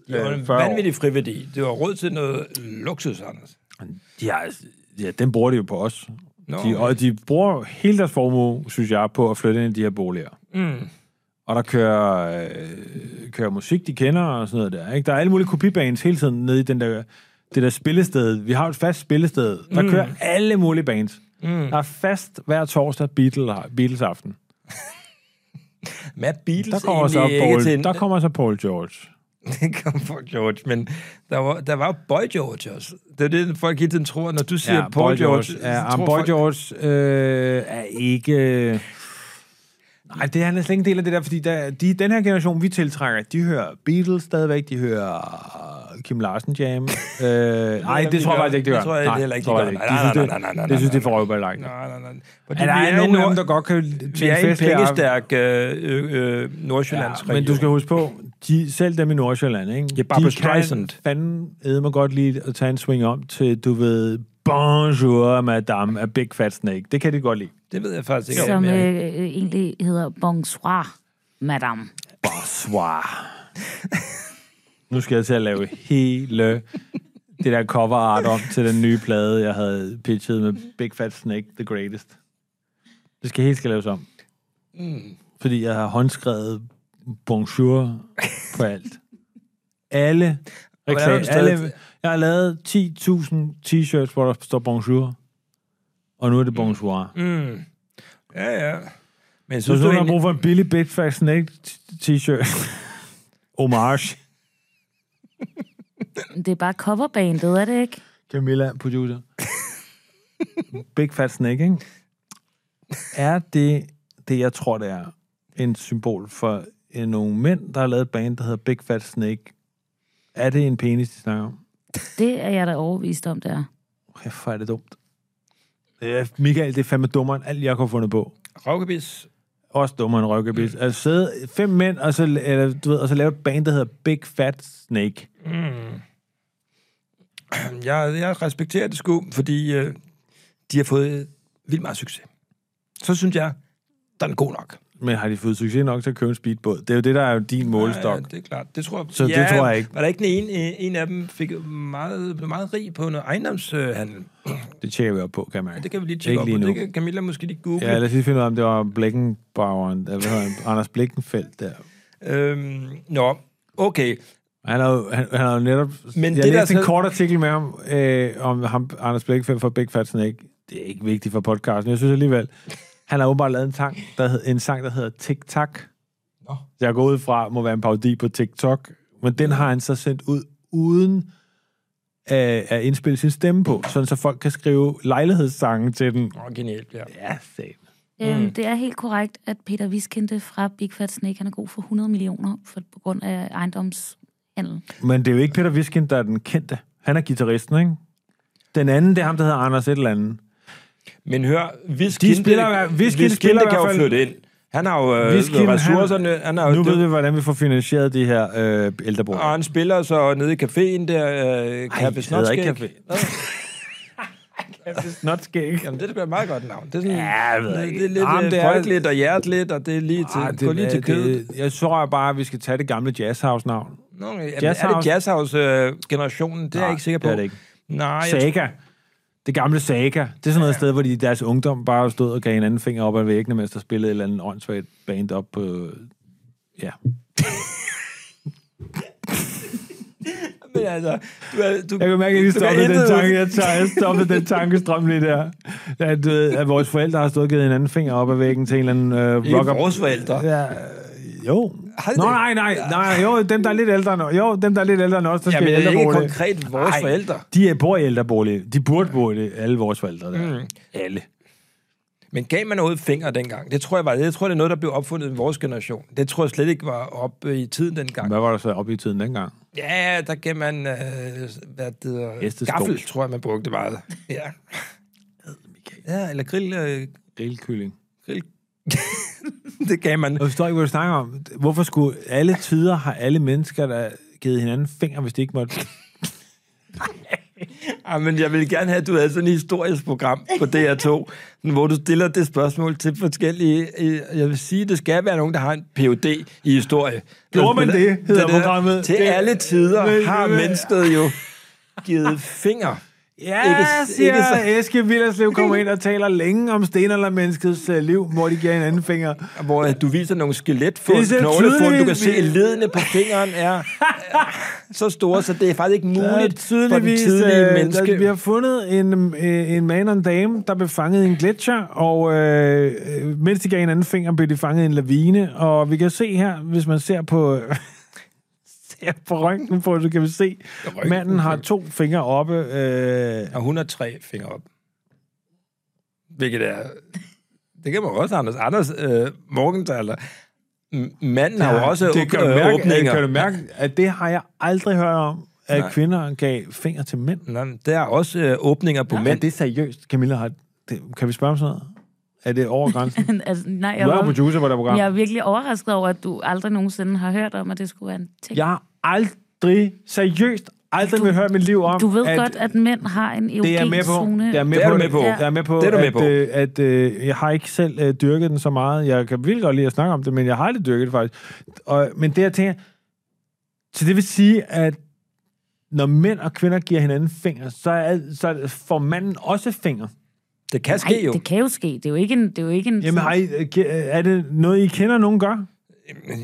Speaker 1: Det var en
Speaker 2: 40 år.
Speaker 1: vanvittig friværdi. Det var råd til noget luksus, Anders.
Speaker 2: De har, ja, den bruger de jo på os.
Speaker 1: Nå.
Speaker 2: De, og de bruger jo hele deres formue, synes jeg, på at flytte ind i de her boliger. Mm. Og der kører, øh, kører musik, de kender og sådan noget der. Ikke? Der er alle mulige kopibanes hele tiden nede i den der, det der spillested. Vi har jo et fast spillested. Der mm. kører alle mulige bands. Mm. Der er fast hver torsdag Beatles, Beatles aften.
Speaker 1: Med Beatles
Speaker 2: Der kommer, så
Speaker 1: egentlig ikke til
Speaker 2: Paul,
Speaker 1: en-
Speaker 2: der kommer så Paul George.
Speaker 1: [LAUGHS] Det kom fra George, men der var, der var jo Boy George også. Det er det, folk hele tiden tror, når du siger ja, Paul George.
Speaker 2: Ja,
Speaker 1: så
Speaker 2: ah,
Speaker 1: tror
Speaker 2: Boy
Speaker 1: folk-
Speaker 2: George øh, er ikke... Nej, det er han er slet ikke en del af det der, fordi der, de, den her generation, vi tiltrækker, de hører Beatles stadigvæk, de hører Kim Larsen Jam. øh,
Speaker 1: [LAUGHS]
Speaker 2: nej,
Speaker 1: de
Speaker 2: det tror jeg
Speaker 1: gør.
Speaker 2: faktisk ikke, de
Speaker 1: Det
Speaker 2: gør.
Speaker 1: tror jeg
Speaker 2: Nej,
Speaker 1: heller ikke, de
Speaker 2: tror jeg
Speaker 1: gør.
Speaker 2: De
Speaker 1: Nej,
Speaker 2: synes,
Speaker 1: nej,
Speaker 2: det-
Speaker 1: nej, nej, nej,
Speaker 2: Det synes de
Speaker 1: nej,
Speaker 2: er for røvbelagt.
Speaker 1: Nej, nej, nej. Fordi
Speaker 2: Er der
Speaker 1: vi
Speaker 2: er
Speaker 1: er,
Speaker 2: nogen af
Speaker 1: nord,
Speaker 2: dem, der godt kan
Speaker 1: vi
Speaker 2: tjene
Speaker 1: er en
Speaker 2: fest her?
Speaker 1: pengestærk øh, øh, nordsjællandsregion.
Speaker 2: Men du skal huske på, de, selv dem i Nordsjælland, ikke?
Speaker 1: Ja, Barbra
Speaker 2: de
Speaker 1: Streisand.
Speaker 2: kan fanden edme godt lide at tage en swing om til, du ved, Bonjour, madame, a big fat snake. Det kan de godt lide.
Speaker 1: Det ved jeg faktisk ikke.
Speaker 4: Som
Speaker 1: om jeg-
Speaker 4: øh, øh, egentlig hedder bonsoir, madame.
Speaker 2: Bonsoir. nu skal jeg til at lave hele det der cover art om til den nye plade, jeg havde pitchet med Big Fat Snake, The Greatest. Det skal helt skal laves om. Mm. Fordi jeg har håndskrevet bonjour på alt. Alle,
Speaker 1: Hvordan har du
Speaker 2: reklam,
Speaker 1: stadig-
Speaker 2: alle jeg har lavet 10.000 t-shirts, hvor der står bonjour. Og nu er det bonsoir. Mm.
Speaker 1: Ja, ja. Men
Speaker 2: Så
Speaker 1: synes
Speaker 2: hvis
Speaker 1: du,
Speaker 2: du har
Speaker 1: egentlig,
Speaker 2: brug for en billig Big Fat Snake t-shirt. [LAUGHS] Homage.
Speaker 4: Det er bare coverbandet, er det ikke?
Speaker 2: Camilla, producer. [LAUGHS] Big Fat Snake, ikke? Er det, det jeg tror, det er, en symbol for øh, nogle mænd, der har lavet et band, der hedder Big Fat Snake? Er det en penis, de snakker om?
Speaker 4: Det er jeg da overvist om, der.
Speaker 2: Kæft, hvor er det dumt. Øh, Michael, det er fandme dummere end alt, jeg kunne have fundet på.
Speaker 1: Raukebis,
Speaker 2: Også dummere end Røkkebis. Mm. Altså sidde fem mænd, og så, eller, du ved, og så lave et band, der hedder Big Fat Snake.
Speaker 1: jeg, jeg respekterer det sgu, fordi øh, de har fået vildt meget succes. Så synes jeg, der er den god nok.
Speaker 2: Men har de fået succes nok til at købe en speedbåd? Det er jo det, der er jo din målestok.
Speaker 1: Ja, det er klart. Det tror jeg,
Speaker 2: Så det tror jeg ikke.
Speaker 1: Var der ikke en, en, en af dem fik meget, blev meget rig på noget ejendomshandel?
Speaker 2: Det tjekker vi op på, kan man.
Speaker 1: Det kan vi lige tjekke op på. Det kan Camilla måske lige google.
Speaker 2: Ja,
Speaker 1: Ja,
Speaker 2: lad os lige finde ud af, om det var Blækkenbaueren, eller hvad hedder han, Anders Blækkenfeldt der.
Speaker 1: øhm, nå, okay.
Speaker 2: Han har jo, han, han har jo netop...
Speaker 1: Men
Speaker 2: Men jeg
Speaker 1: det,
Speaker 2: det
Speaker 1: der
Speaker 2: læste en
Speaker 1: så-
Speaker 2: kort artikel med ham, øh, om ham, Anders Blækkenfeldt fra Big Fat Snake. Det er ikke vigtigt for podcasten, jeg synes alligevel. Han har åbenbart lavet en sang, der, hed, en sang, der hedder Tik Tak.
Speaker 1: Nå.
Speaker 2: Jeg går ud fra, må være en parodi på TikTok. Men den har han så sendt ud uden at, at indspille sin stemme på, sådan så folk kan skrive lejlighedssange til den.
Speaker 1: Nå, genialt, ja.
Speaker 2: Ja, satan.
Speaker 4: Mm. Det er helt korrekt, at Peter Viskinde fra Big Fat Snake, han er god for 100 millioner for, på grund af ejendomshandel. [LAUGHS]
Speaker 2: Men det er jo ikke Peter Viskin, der er den kendte. Han er gitarristen, ikke? Den anden, det er ham, der hedder Anders et eller andet.
Speaker 1: Øh, Men hør, hvis
Speaker 2: De spiller i hvert- Viskin spiller i
Speaker 1: kan
Speaker 2: hvert
Speaker 1: jo
Speaker 2: fald-
Speaker 1: flytte ind. Han har jo øh,
Speaker 2: Viskin,
Speaker 1: Viskin, ressourcerne. Han, har jo
Speaker 2: Nu ved vi, hvordan vi får finansieret de her øh, ældrebord.
Speaker 1: Og han spiller så nede i caféen der, øh, Café
Speaker 2: det
Speaker 1: Snotskæg.
Speaker 2: hedder ikke Snotskæg.
Speaker 1: Jamen, det er da et meget godt navn. Det er sådan,
Speaker 2: Ja, jeg ved
Speaker 1: det,
Speaker 2: ikke.
Speaker 1: det er lidt
Speaker 2: Jamen,
Speaker 1: Jamen,
Speaker 2: det
Speaker 1: det
Speaker 2: er- Ah,
Speaker 1: folkeligt og hjerteligt, og det er lige til, det, går lige til kødet.
Speaker 2: det, Jeg tror bare, at vi skal tage det gamle jazzhouse-navn.
Speaker 1: Nå, jamen, er det
Speaker 2: Jazzhouse?
Speaker 1: Jazzhouse-generationen? det er
Speaker 2: Nej,
Speaker 1: jeg ikke sikker
Speaker 2: det
Speaker 1: på.
Speaker 2: er det ikke.
Speaker 1: Nej, jeg tror-
Speaker 2: Saga. Det gamle Saga. Det er sådan noget sted, hvor de i deres ungdom bare stod og gav hinanden finger op ad væggene, mens der spillede et eller andet åndssvagt band op på... Ja.
Speaker 1: Men altså, du, er- du,
Speaker 2: Jeg kan mærke, at jeg
Speaker 1: du
Speaker 2: lige
Speaker 1: kan
Speaker 2: stoppede den
Speaker 1: intet-
Speaker 2: tanke. Jeg, tager, jeg stoppede den tankestrøm lige der. At, du ved, at vores forældre har stået og givet en anden finger op ad væggen til en eller anden øh,
Speaker 1: Ikke
Speaker 2: rocker.
Speaker 1: vores forældre.
Speaker 2: Ja, øh, jo.
Speaker 1: Har de
Speaker 2: Nå,
Speaker 1: det?
Speaker 2: nej, nej, nej. Jo, dem, der er lidt ældre end Jo, dem, der er lidt ældre end os, der
Speaker 1: Ja,
Speaker 2: skal
Speaker 1: men
Speaker 2: i
Speaker 1: det er ikke
Speaker 2: ældrebolig.
Speaker 1: konkret vores
Speaker 2: Nej,
Speaker 1: forældre.
Speaker 2: De er, bor i ældrebolig. De burde bo i det, alle vores forældre. Der. Mm. Alle.
Speaker 1: Men gav man overhovedet fingre dengang? Det tror jeg var Jeg tror, det er noget, der blev opfundet i vores generation. Det tror jeg slet ikke var op øh, i tiden dengang.
Speaker 2: Hvad var der så oppe i tiden dengang?
Speaker 1: Ja, der gav man, øh, hvad det hedder,
Speaker 2: Hestesko.
Speaker 1: gaffel, tror jeg, man brugte meget. Ja, ja eller grill, øh,
Speaker 2: Grillkylling.
Speaker 1: grill. [LAUGHS] det gav man.
Speaker 2: Jeg forstår ikke, hvad du snakker om. Hvorfor skulle alle tider har alle mennesker, der givet hinanden fingre, hvis de ikke måtte?
Speaker 1: Ja, Ah, men jeg ville gerne have, at du havde sådan et historisk program på DR2, [LAUGHS] hvor du stiller det spørgsmål til forskellige... øh, Jeg vil sige, det skal være nogen, der har en Ph.D. i historie.
Speaker 2: Gjorde man det, hedder
Speaker 1: der-
Speaker 2: programmet.
Speaker 1: Til
Speaker 2: Det-
Speaker 1: alle
Speaker 2: Men-
Speaker 1: tider har
Speaker 2: men-
Speaker 1: mennesket jo givet fingre.
Speaker 2: Ja,
Speaker 1: Ikke-
Speaker 2: ikke, siger
Speaker 1: ikke så-
Speaker 2: ikke Eske Villerslev kommer ind og taler længe om stenaldermenneskets øh, liv, hvor de giver hinanden fingre.
Speaker 1: hvor øh, du viser nogle
Speaker 2: Det
Speaker 1: skeletfund,
Speaker 2: er så
Speaker 1: knoglefund, du kan
Speaker 2: tydeligvis-
Speaker 1: se, at ledene på fingeren er så store, så det er faktisk ikke
Speaker 2: Der er
Speaker 1: muligt for den
Speaker 2: tydeligvis,
Speaker 1: tidlige
Speaker 2: øh,
Speaker 1: menneske.
Speaker 2: Der, vi har fundet en, øh, en man og en dame, der blev fanget i en gletscher, og øh, øh, mens de gav hinanden fingre, blev de fanget i en lavine. Og vi kan se her, hvis man ser på... [LAUGHS] ser på røntgen på, så kan vi se,
Speaker 1: Røntgen-
Speaker 2: manden har to fingre oppe. Øh,
Speaker 1: Og 103 fingre op. Hvilket er... Det kan man også, Anders. Anders øh, Morgenthaler. M- Manden har jo også
Speaker 2: det kan,
Speaker 1: øh,
Speaker 2: du mærke,
Speaker 1: åbninger.
Speaker 2: kan du mærke, at det har jeg aldrig hørt om, at
Speaker 1: Nej.
Speaker 2: kvinder gav fingre til mænd.
Speaker 1: Nå, men der er også øh, åbninger på
Speaker 2: Men
Speaker 1: mænd.
Speaker 2: det er seriøst, Camilla. Har, det, kan vi spørge om sådan noget? Er det over grænsen?
Speaker 4: altså, nej, [LAUGHS] jeg,
Speaker 2: Du er jo
Speaker 4: var,
Speaker 2: producer på det her program.
Speaker 4: jeg er virkelig overrasket over, at du aldrig nogensinde har hørt om, at det skulle være en ting.
Speaker 2: Jeg har aldrig, seriøst, aldrig vil høre mit liv om,
Speaker 4: Du ved at, godt, at mænd har en
Speaker 2: det er jeg med på.
Speaker 4: erogen zone.
Speaker 2: Det er jeg med
Speaker 1: Det er
Speaker 2: på.
Speaker 1: du med på.
Speaker 2: Jeg er med på,
Speaker 1: Det er du med
Speaker 2: at,
Speaker 1: på.
Speaker 2: øh, at øh, jeg har ikke selv øh, dyrket den så meget. Jeg kan virkelig godt lide at snakke om det, men jeg har aldrig dyrket det faktisk. Og, men det, jeg tænker... Så det vil sige, at når mænd og kvinder giver hinanden fingre, så, er, så får manden også fingre.
Speaker 1: Det kan
Speaker 4: Nej,
Speaker 1: ske jo.
Speaker 4: det kan jo ske. Det er jo ikke en... Det er jo ikke en
Speaker 2: Jamen, har I, øh, gi- er det noget, I kender, nogen gør?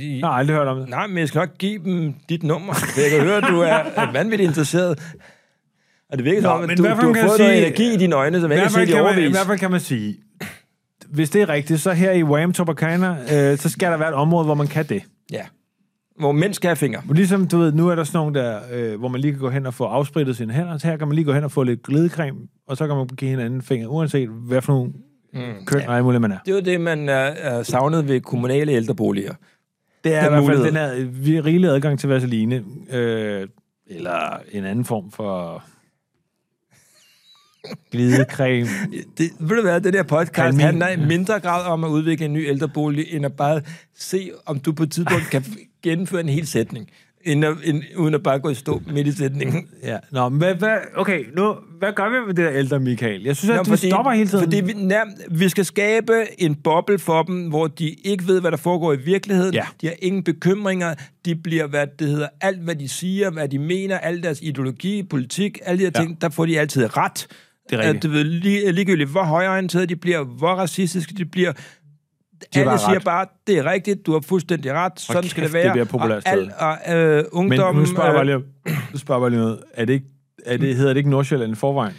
Speaker 2: Jeg har aldrig hørt om det.
Speaker 1: Nej, men jeg skal nok give dem dit nummer. for Jeg kan høre, at du er øh, vanvittigt interesseret. Og det virker som
Speaker 2: Nå,
Speaker 1: om,
Speaker 2: men
Speaker 1: at du, du
Speaker 2: i
Speaker 1: har
Speaker 2: hvert fald
Speaker 1: fået
Speaker 2: kan jeg
Speaker 1: noget
Speaker 2: sige-
Speaker 1: energi i dine øjne, som jeg ikke kan se
Speaker 2: hvert fald
Speaker 1: i
Speaker 2: kan man, I
Speaker 1: overvis.
Speaker 2: hvert fald kan man sige, hvis det er rigtigt, så her i Wham! Topacana, øh, så skal der være et område, hvor man kan det.
Speaker 1: Ja. Hvor mænd skal have fingre.
Speaker 2: Ligesom, du ved, nu er der sådan nogle der, øh, hvor man lige kan gå hen og få afsprittet sine hænder. Så her kan man lige gå hen og få lidt glidecreme, og så kan man give hinanden fingre, uanset hvad for nogle mm, køn og alt muligt man er.
Speaker 1: Det var det, man øh, øh, savnede ved kommunale ældreboliger.
Speaker 2: Det er
Speaker 1: Den
Speaker 2: i hvert fald
Speaker 1: mulighed.
Speaker 2: den her øh, vi- rigelige adgang til vaseline, øh, eller en anden form for glidecreme.
Speaker 1: Det, ved du hvad, det der podcast
Speaker 2: Kalmin.
Speaker 1: handler i mindre grad om at udvikle en ny ældrebolig, end at bare se, om du på et tidspunkt kan gennemføre en hel sætning, end at, end, uden at bare gå i stå midt i sætningen.
Speaker 2: Ja, nå, men hvad, hvad, okay, nu, hvad gør vi med det der ældre, Michael? Jeg synes, at
Speaker 1: Nå,
Speaker 2: Nå, de stopper hele tiden.
Speaker 1: Fordi vi, nærm, vi skal skabe en boble for dem, hvor de ikke ved, hvad der foregår i virkeligheden.
Speaker 2: Ja.
Speaker 1: De har ingen bekymringer. De bliver, hvad det hedder, alt hvad de siger, hvad de mener, al deres ideologi, politik, alle de her
Speaker 2: Ja.
Speaker 1: ting, der får de altid ret.
Speaker 2: Det er rigtigt.
Speaker 1: At, du ved, lige, ligegyldigt, hvor højorienterede de bliver, hvor racistiske de bliver. De
Speaker 2: har
Speaker 1: alle
Speaker 2: bare
Speaker 1: siger
Speaker 2: ret.
Speaker 1: bare, det er rigtigt, du har fuldstændig ret, sådan
Speaker 2: kæft,
Speaker 1: skal det
Speaker 2: det
Speaker 1: være.
Speaker 2: bliver populært
Speaker 1: og, al, og øh,
Speaker 2: Men
Speaker 1: ungdommen...
Speaker 2: nu spørger jeg bare
Speaker 1: øh,
Speaker 2: lige, om- nu spørger jeg bare lige noget. Er det ikke, er det, hedder det ikke Nordsjælland i [LAUGHS] forvejen?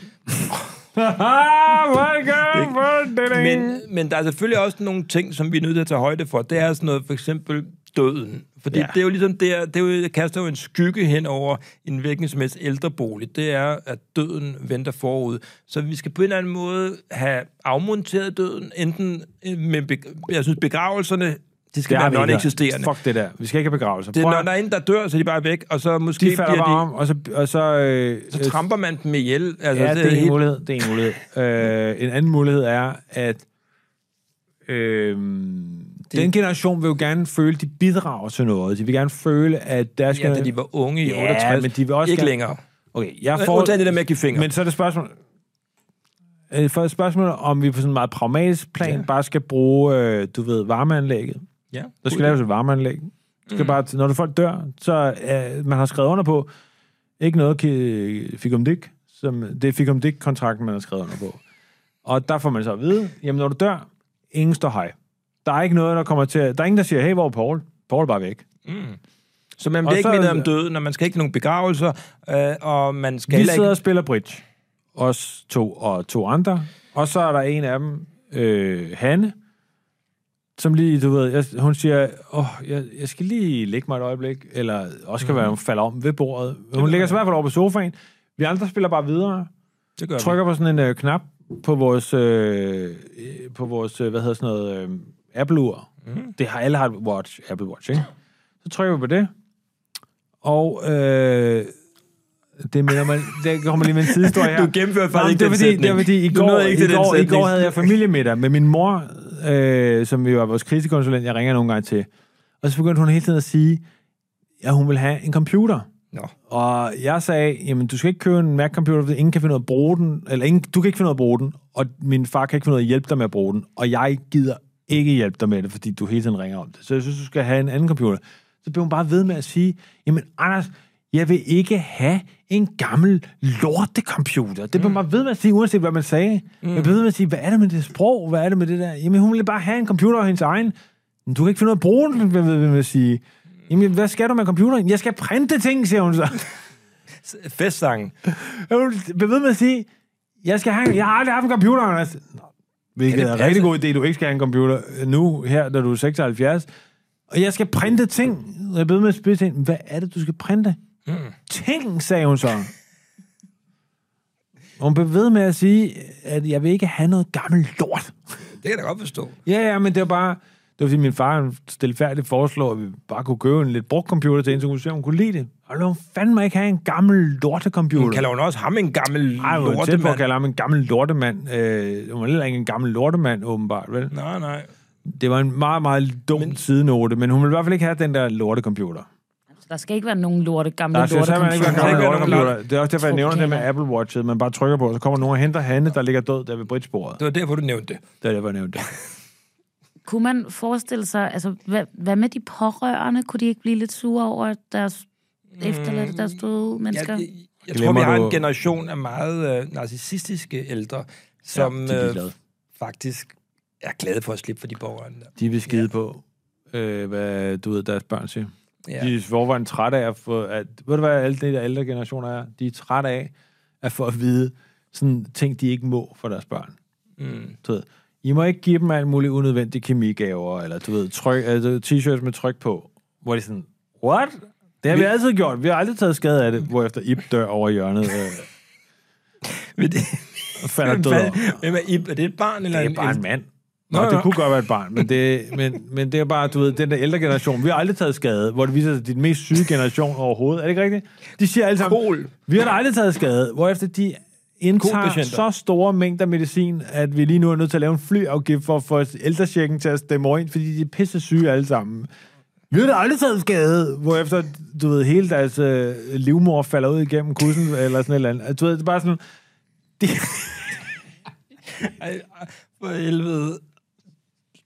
Speaker 2: Welcome,
Speaker 1: Men, men der er selvfølgelig også nogle ting, som vi er nødt til at tage højde for. Det er sådan noget, for eksempel døden. Fordi ja.
Speaker 2: Ja.
Speaker 1: det er jo ligesom, det, er, det, er jo, det kaster jo en skygge hen over en hvilken som helst ældrebolig. Det er, at døden venter forud. Så vi skal på en eller anden måde have afmonteret døden, enten øh, med, be- jeg synes, begravelserne, de skal
Speaker 2: det er
Speaker 1: være
Speaker 2: vi ikke.
Speaker 1: non-eksisterende.
Speaker 2: Fuck det der. Vi skal ikke have begravelser.
Speaker 1: Det er,
Speaker 2: Prøv
Speaker 1: når
Speaker 2: at-
Speaker 1: der er en, der dør, så er de bare væk, og så måske
Speaker 2: de falder
Speaker 1: bliver
Speaker 2: bare om, og så... Og så, øh,
Speaker 1: så tramper man dem ihjel. Altså,
Speaker 2: Ja, det, er en
Speaker 1: helt-
Speaker 2: mulighed. Det er en mulighed. [LAUGHS] øh, en anden mulighed er, at øh, den generation vil jo gerne føle, de bidrager til noget. De vil gerne føle, at deres
Speaker 1: Ja, da
Speaker 2: gener-
Speaker 1: de var unge i
Speaker 2: Ja,
Speaker 1: 68.
Speaker 2: men de vil også
Speaker 1: ikke
Speaker 2: gerne-
Speaker 1: længere.
Speaker 2: Okay, jeg
Speaker 1: For...
Speaker 2: får...
Speaker 1: Undtagen det der med at give fingre.
Speaker 2: Men så er det spørgsmål... Øh, For et spørgsmål, om vi på sådan en meget pragmatisk plan
Speaker 1: Ja.
Speaker 2: ja. bare skal bruge, øh, du ved, varmeanlægget.
Speaker 1: ja,
Speaker 2: Der skal laves et varmeanlæg. Du Skal bare, når du folk dør, så øh, man har skrevet under på, ikke noget ki- fik om dig, som, det er fik om dig kontrakten man har skrevet under på. Og der får man så at vide, jamen når du dør, ingen står hej. Der er ikke noget, der kommer til at, Der er ingen, der siger, hey, hvor er Paul? Paul er bare væk. Mm.
Speaker 1: Så man bliver
Speaker 2: Og
Speaker 1: ikke
Speaker 2: så-
Speaker 1: mindet om døden, og man skal ikke til nogen begravelser, øh, og man skal
Speaker 2: Vi
Speaker 1: heller
Speaker 2: sidder
Speaker 1: ikke...
Speaker 2: og spiller bridge. Os to og to andre. Og så er der en af dem, øh, Hanne, som lige, du ved, jeg, hun siger, åh, jeg, jeg skal lige lægge mig et øjeblik, eller også
Speaker 1: Mhm.
Speaker 2: kan være, hun falder om ved bordet. Hun ligger sig i hvert fald over på sofaen. Vi andre spiller bare videre,
Speaker 1: Det gør vi.
Speaker 2: trykker på sådan en øh, knap på vores, øh, øh, på vores øh, hvad hedder sådan noget, øh, Apple-ur.
Speaker 1: Mhm.
Speaker 2: Mm. Det har alle har et watch, Apple Watch, ikke? Så trykker vi på det, og øh, det minder mig, [LAUGHS] der kommer lige med en sidehistorie her.
Speaker 1: Du gennemfører faktisk
Speaker 2: Nå, men
Speaker 1: ikke
Speaker 2: det er
Speaker 1: den
Speaker 2: fordi,
Speaker 1: sætning.
Speaker 2: Det er fordi, i
Speaker 1: Du
Speaker 2: går,
Speaker 1: nåede ikke
Speaker 2: ikke i,
Speaker 1: til den
Speaker 2: går, i
Speaker 1: sætning.
Speaker 2: går havde jeg familiemiddag med min mor, øh, som jo er vores krisekonsulent, jeg ringer nogle gange til. Og så begyndte hun hele tiden at sige, at hun vil have en computer.
Speaker 1: Nå.
Speaker 2: Og jeg sagde, jamen du skal ikke købe en Mac-computer, fordi ingen kan finde ud af at bruge den, eller ingen, du kan ikke finde ud af at bruge den, og min far kan ikke finde ud af at hjælpe dig med at bruge den, og jeg gider ikke hjælpe dig med det, fordi du hele tiden ringer om det. Så jeg synes, du skal have en anden computer. Så blev hun bare ved med at sige, jamen Anders, jeg vil ikke have en gammel lortecomputer. Det blev man ved med at sige, uanset hvad man sagde. Mm. Jeg blev ved med at sige, hvad er det med det sprog? Hvad er det med det der? Jamen hun ville bare have en computer af hendes egen. Men du kan ikke finde ud af at bruge den, blev jeg ved med at sige. Jamen, hvad skal du med computeren? Jeg skal printe ting, siger hun så.
Speaker 1: Festsangen.
Speaker 2: Jeg bliver ved med at sige, jeg, skal have, jeg har aldrig haft en computer, Anders. Nå, Hvilket
Speaker 1: det
Speaker 2: er en
Speaker 1: passe?
Speaker 2: rigtig god idé, du ikke skal have en computer øh, nu, her, da du er 76. Og jeg skal printe ting. Og Jeg blev med at spørge til hende, hvad er det, du skal printe? Mm. Ting, sagde hun så. Og Hun blev ved med at sige, at jeg vil ikke have noget gammelt lort.
Speaker 1: Det kan jeg da godt forstå.
Speaker 2: Ja, ja, men det var bare... Det var fordi, min far han stilfærdigt foreslog, at vi bare kunne købe en lidt brugt computer til hende, så hun kunne se, om hun kunne lide det. Og nu fandme ikke have en gammel lortecomputer.
Speaker 1: Kalder hun også ham en gammel
Speaker 2: Ej, hun var tæt på at
Speaker 1: lortemand?
Speaker 2: kalde ham en gammel lortemand. Øh, hun var heller ikke en gammel lortemand, åbenbart, vel?
Speaker 1: Nej, nej.
Speaker 2: Det var en meget, meget dum men, sidenote, men hun ville i hvert fald ikke have den der lortecomputer.
Speaker 4: Altså, der skal ikke være nogen lorte, gamle
Speaker 2: Der skal
Speaker 4: lorte.
Speaker 2: simpelthen ikke være
Speaker 1: Der skal
Speaker 2: gammel
Speaker 1: ikke være nogen
Speaker 2: lortecomputer. Det er også derfor, jeg nævner det med
Speaker 4: Tropialer.
Speaker 2: Apple Watch'et. Man bare trykker på, og så kommer nogen og henter Hanne, der ligger død der ved bridgebordet.
Speaker 1: Det var derfor, du nævnte det.
Speaker 2: Det er derfor, jeg nævnte det.
Speaker 4: Kunne man forestille sig, altså, hvad, hvad med de pårørende? Kunne de ikke blive lidt sure over at deres efterladte, der stod mennesker?
Speaker 1: Jeg, jeg, jeg tror,
Speaker 2: Glemmer
Speaker 1: vi har
Speaker 2: du-
Speaker 1: en generation af meget øh, narcissistiske ældre, som
Speaker 2: de er
Speaker 1: ja,
Speaker 2: ligeglade.
Speaker 1: øh, faktisk er glade for at slippe for de pårørende. der.
Speaker 2: De vil skide ja. på, øh, hvad du ved, deres børn siger. Ja.
Speaker 1: Ja.
Speaker 2: De er i forvejen trætte af at få... At, ved du hvad, alle de der ældre generationer er? De er trætte af at få at vide sådan ting, de ikke må for deres børn. Mm. Du ved, I må ikke give dem alt muligt unødvendige kemigaver, eller du ved, tryk, altså, t-shirts med tryk på, hvor de sådan, what? Det har vi,
Speaker 1: Vi-
Speaker 2: altid gjort. Vi har aldrig taget skade af det, hvorefter Ip dør over hjørnet øh,
Speaker 1: Men det,
Speaker 2: og falder
Speaker 1: hvem,
Speaker 2: død over.
Speaker 1: fanden- [LAUGHS] hvem er, Ib? er det et barn? Eller
Speaker 2: Det er bare en
Speaker 1: en,
Speaker 2: mand. Nå,
Speaker 1: Nå,
Speaker 2: det
Speaker 1: nå.
Speaker 2: kunne godt være et barn, men det, men, men det er bare, du ved, den der ældre generation, vi har aldrig taget skade, hvor det viser sig, at det er den mest syge generation overhovedet. Er det ikke rigtigt? De siger alle sammen,
Speaker 1: Kol.
Speaker 2: vi har da aldrig taget skade, hvorefter de indtager
Speaker 1: Kolpatienter.
Speaker 2: så store mængder medicin, at vi lige nu er nødt til at lave en flyafgift for at få ældrechecken til at stemme over ind, fordi de er pisse syge alle sammen. Vi har da aldrig taget skade, hvorefter, du ved, hele deres øh, livmor falder ud igennem kussen, eller sådan et eller andet. Altså, Du ved, det er bare sådan,
Speaker 1: Ej, ej, for helvede.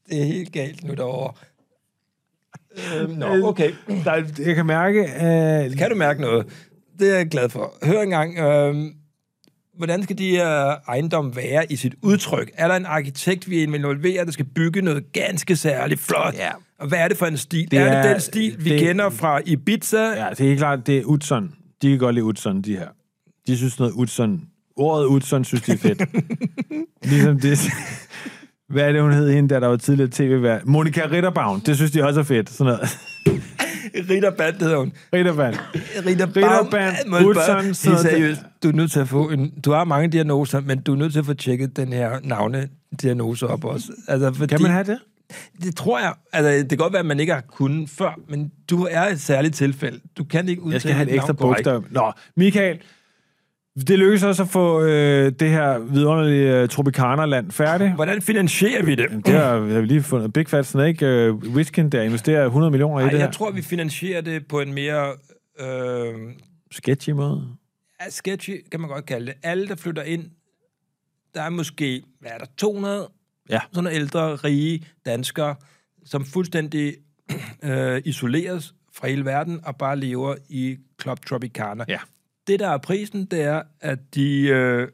Speaker 1: Det er helt galt nu derovre. Øhm,
Speaker 2: Øh,
Speaker 1: nå, okay.
Speaker 2: der, jeg kan mærke, øh,
Speaker 1: Kan du mærke noget? Det er jeg glad for. Hør engang, øhm, hvordan skal de her ejendomme være i sit udtryk? Er der en arkitekt, vi involverer, der skal bygge noget ganske særligt flot?
Speaker 2: Ja.
Speaker 1: Og hvad er det for en stil?
Speaker 2: Det
Speaker 1: Det er, er
Speaker 2: er-
Speaker 1: det den stil, vi det,
Speaker 2: det-
Speaker 1: kender fra Ibiza?
Speaker 2: Ja, det er helt klart, det er Utzon. De kan godt lide Utzon, de her. De synes noget Utzon. Ordet Utzon synes de er [LAUGHS] fedt. ligesom det... Hvad er det, hun hed hende, der, der var tidligere tv-vært? Monika Ritterbaum. Det synes de også er fefedt. Sådan noget. [LAUGHS]
Speaker 1: Rita Band hedder hun.
Speaker 2: Ritterbaum.
Speaker 1: Rita
Speaker 2: Ridderbaum, Utzon, sådan
Speaker 1: Band,
Speaker 2: noget.
Speaker 1: seriøst. Du er nødt til at få en... Du har mange diagnoser, men du er nødt til at få tjekket den her navnediagnose op også. Altså, fordi,
Speaker 2: Kan man have det?
Speaker 1: Det tror jeg. Altså, det kan godt være, at man ikke har kunnet før, men du er et særligt tilfælde. Du kan ikke udtale
Speaker 2: Jeg skal have et
Speaker 1: dit
Speaker 2: ekstra
Speaker 1: navn korrekt.
Speaker 2: bogstav. Nå, Michael. Det lykkedes også at få øh, det her vidunderlige øh, Tropicana-land færdigt.
Speaker 1: Hvordan finansierer vi det?
Speaker 2: Det har vi har vi lige fundet. Big Fat Snake, øh, Riskin, der investerer 100 millioner i
Speaker 1: Ej,
Speaker 2: det her.
Speaker 1: jeg tror, vi finansierer det på en mere øh,
Speaker 2: Sketchy måde.
Speaker 1: sketchy, kan man godt kalde det. Alle, der flytter ind, der er måske, hvad er der, 200
Speaker 2: Ja.
Speaker 1: sådan nogle ældre, rige danskere, som fuldstændig [CLEARS THROAT] øh, isoleres fra hele verden og bare lever i Club Tropicana.
Speaker 2: Ja.
Speaker 1: Det, der er prisen, det er, at de øh,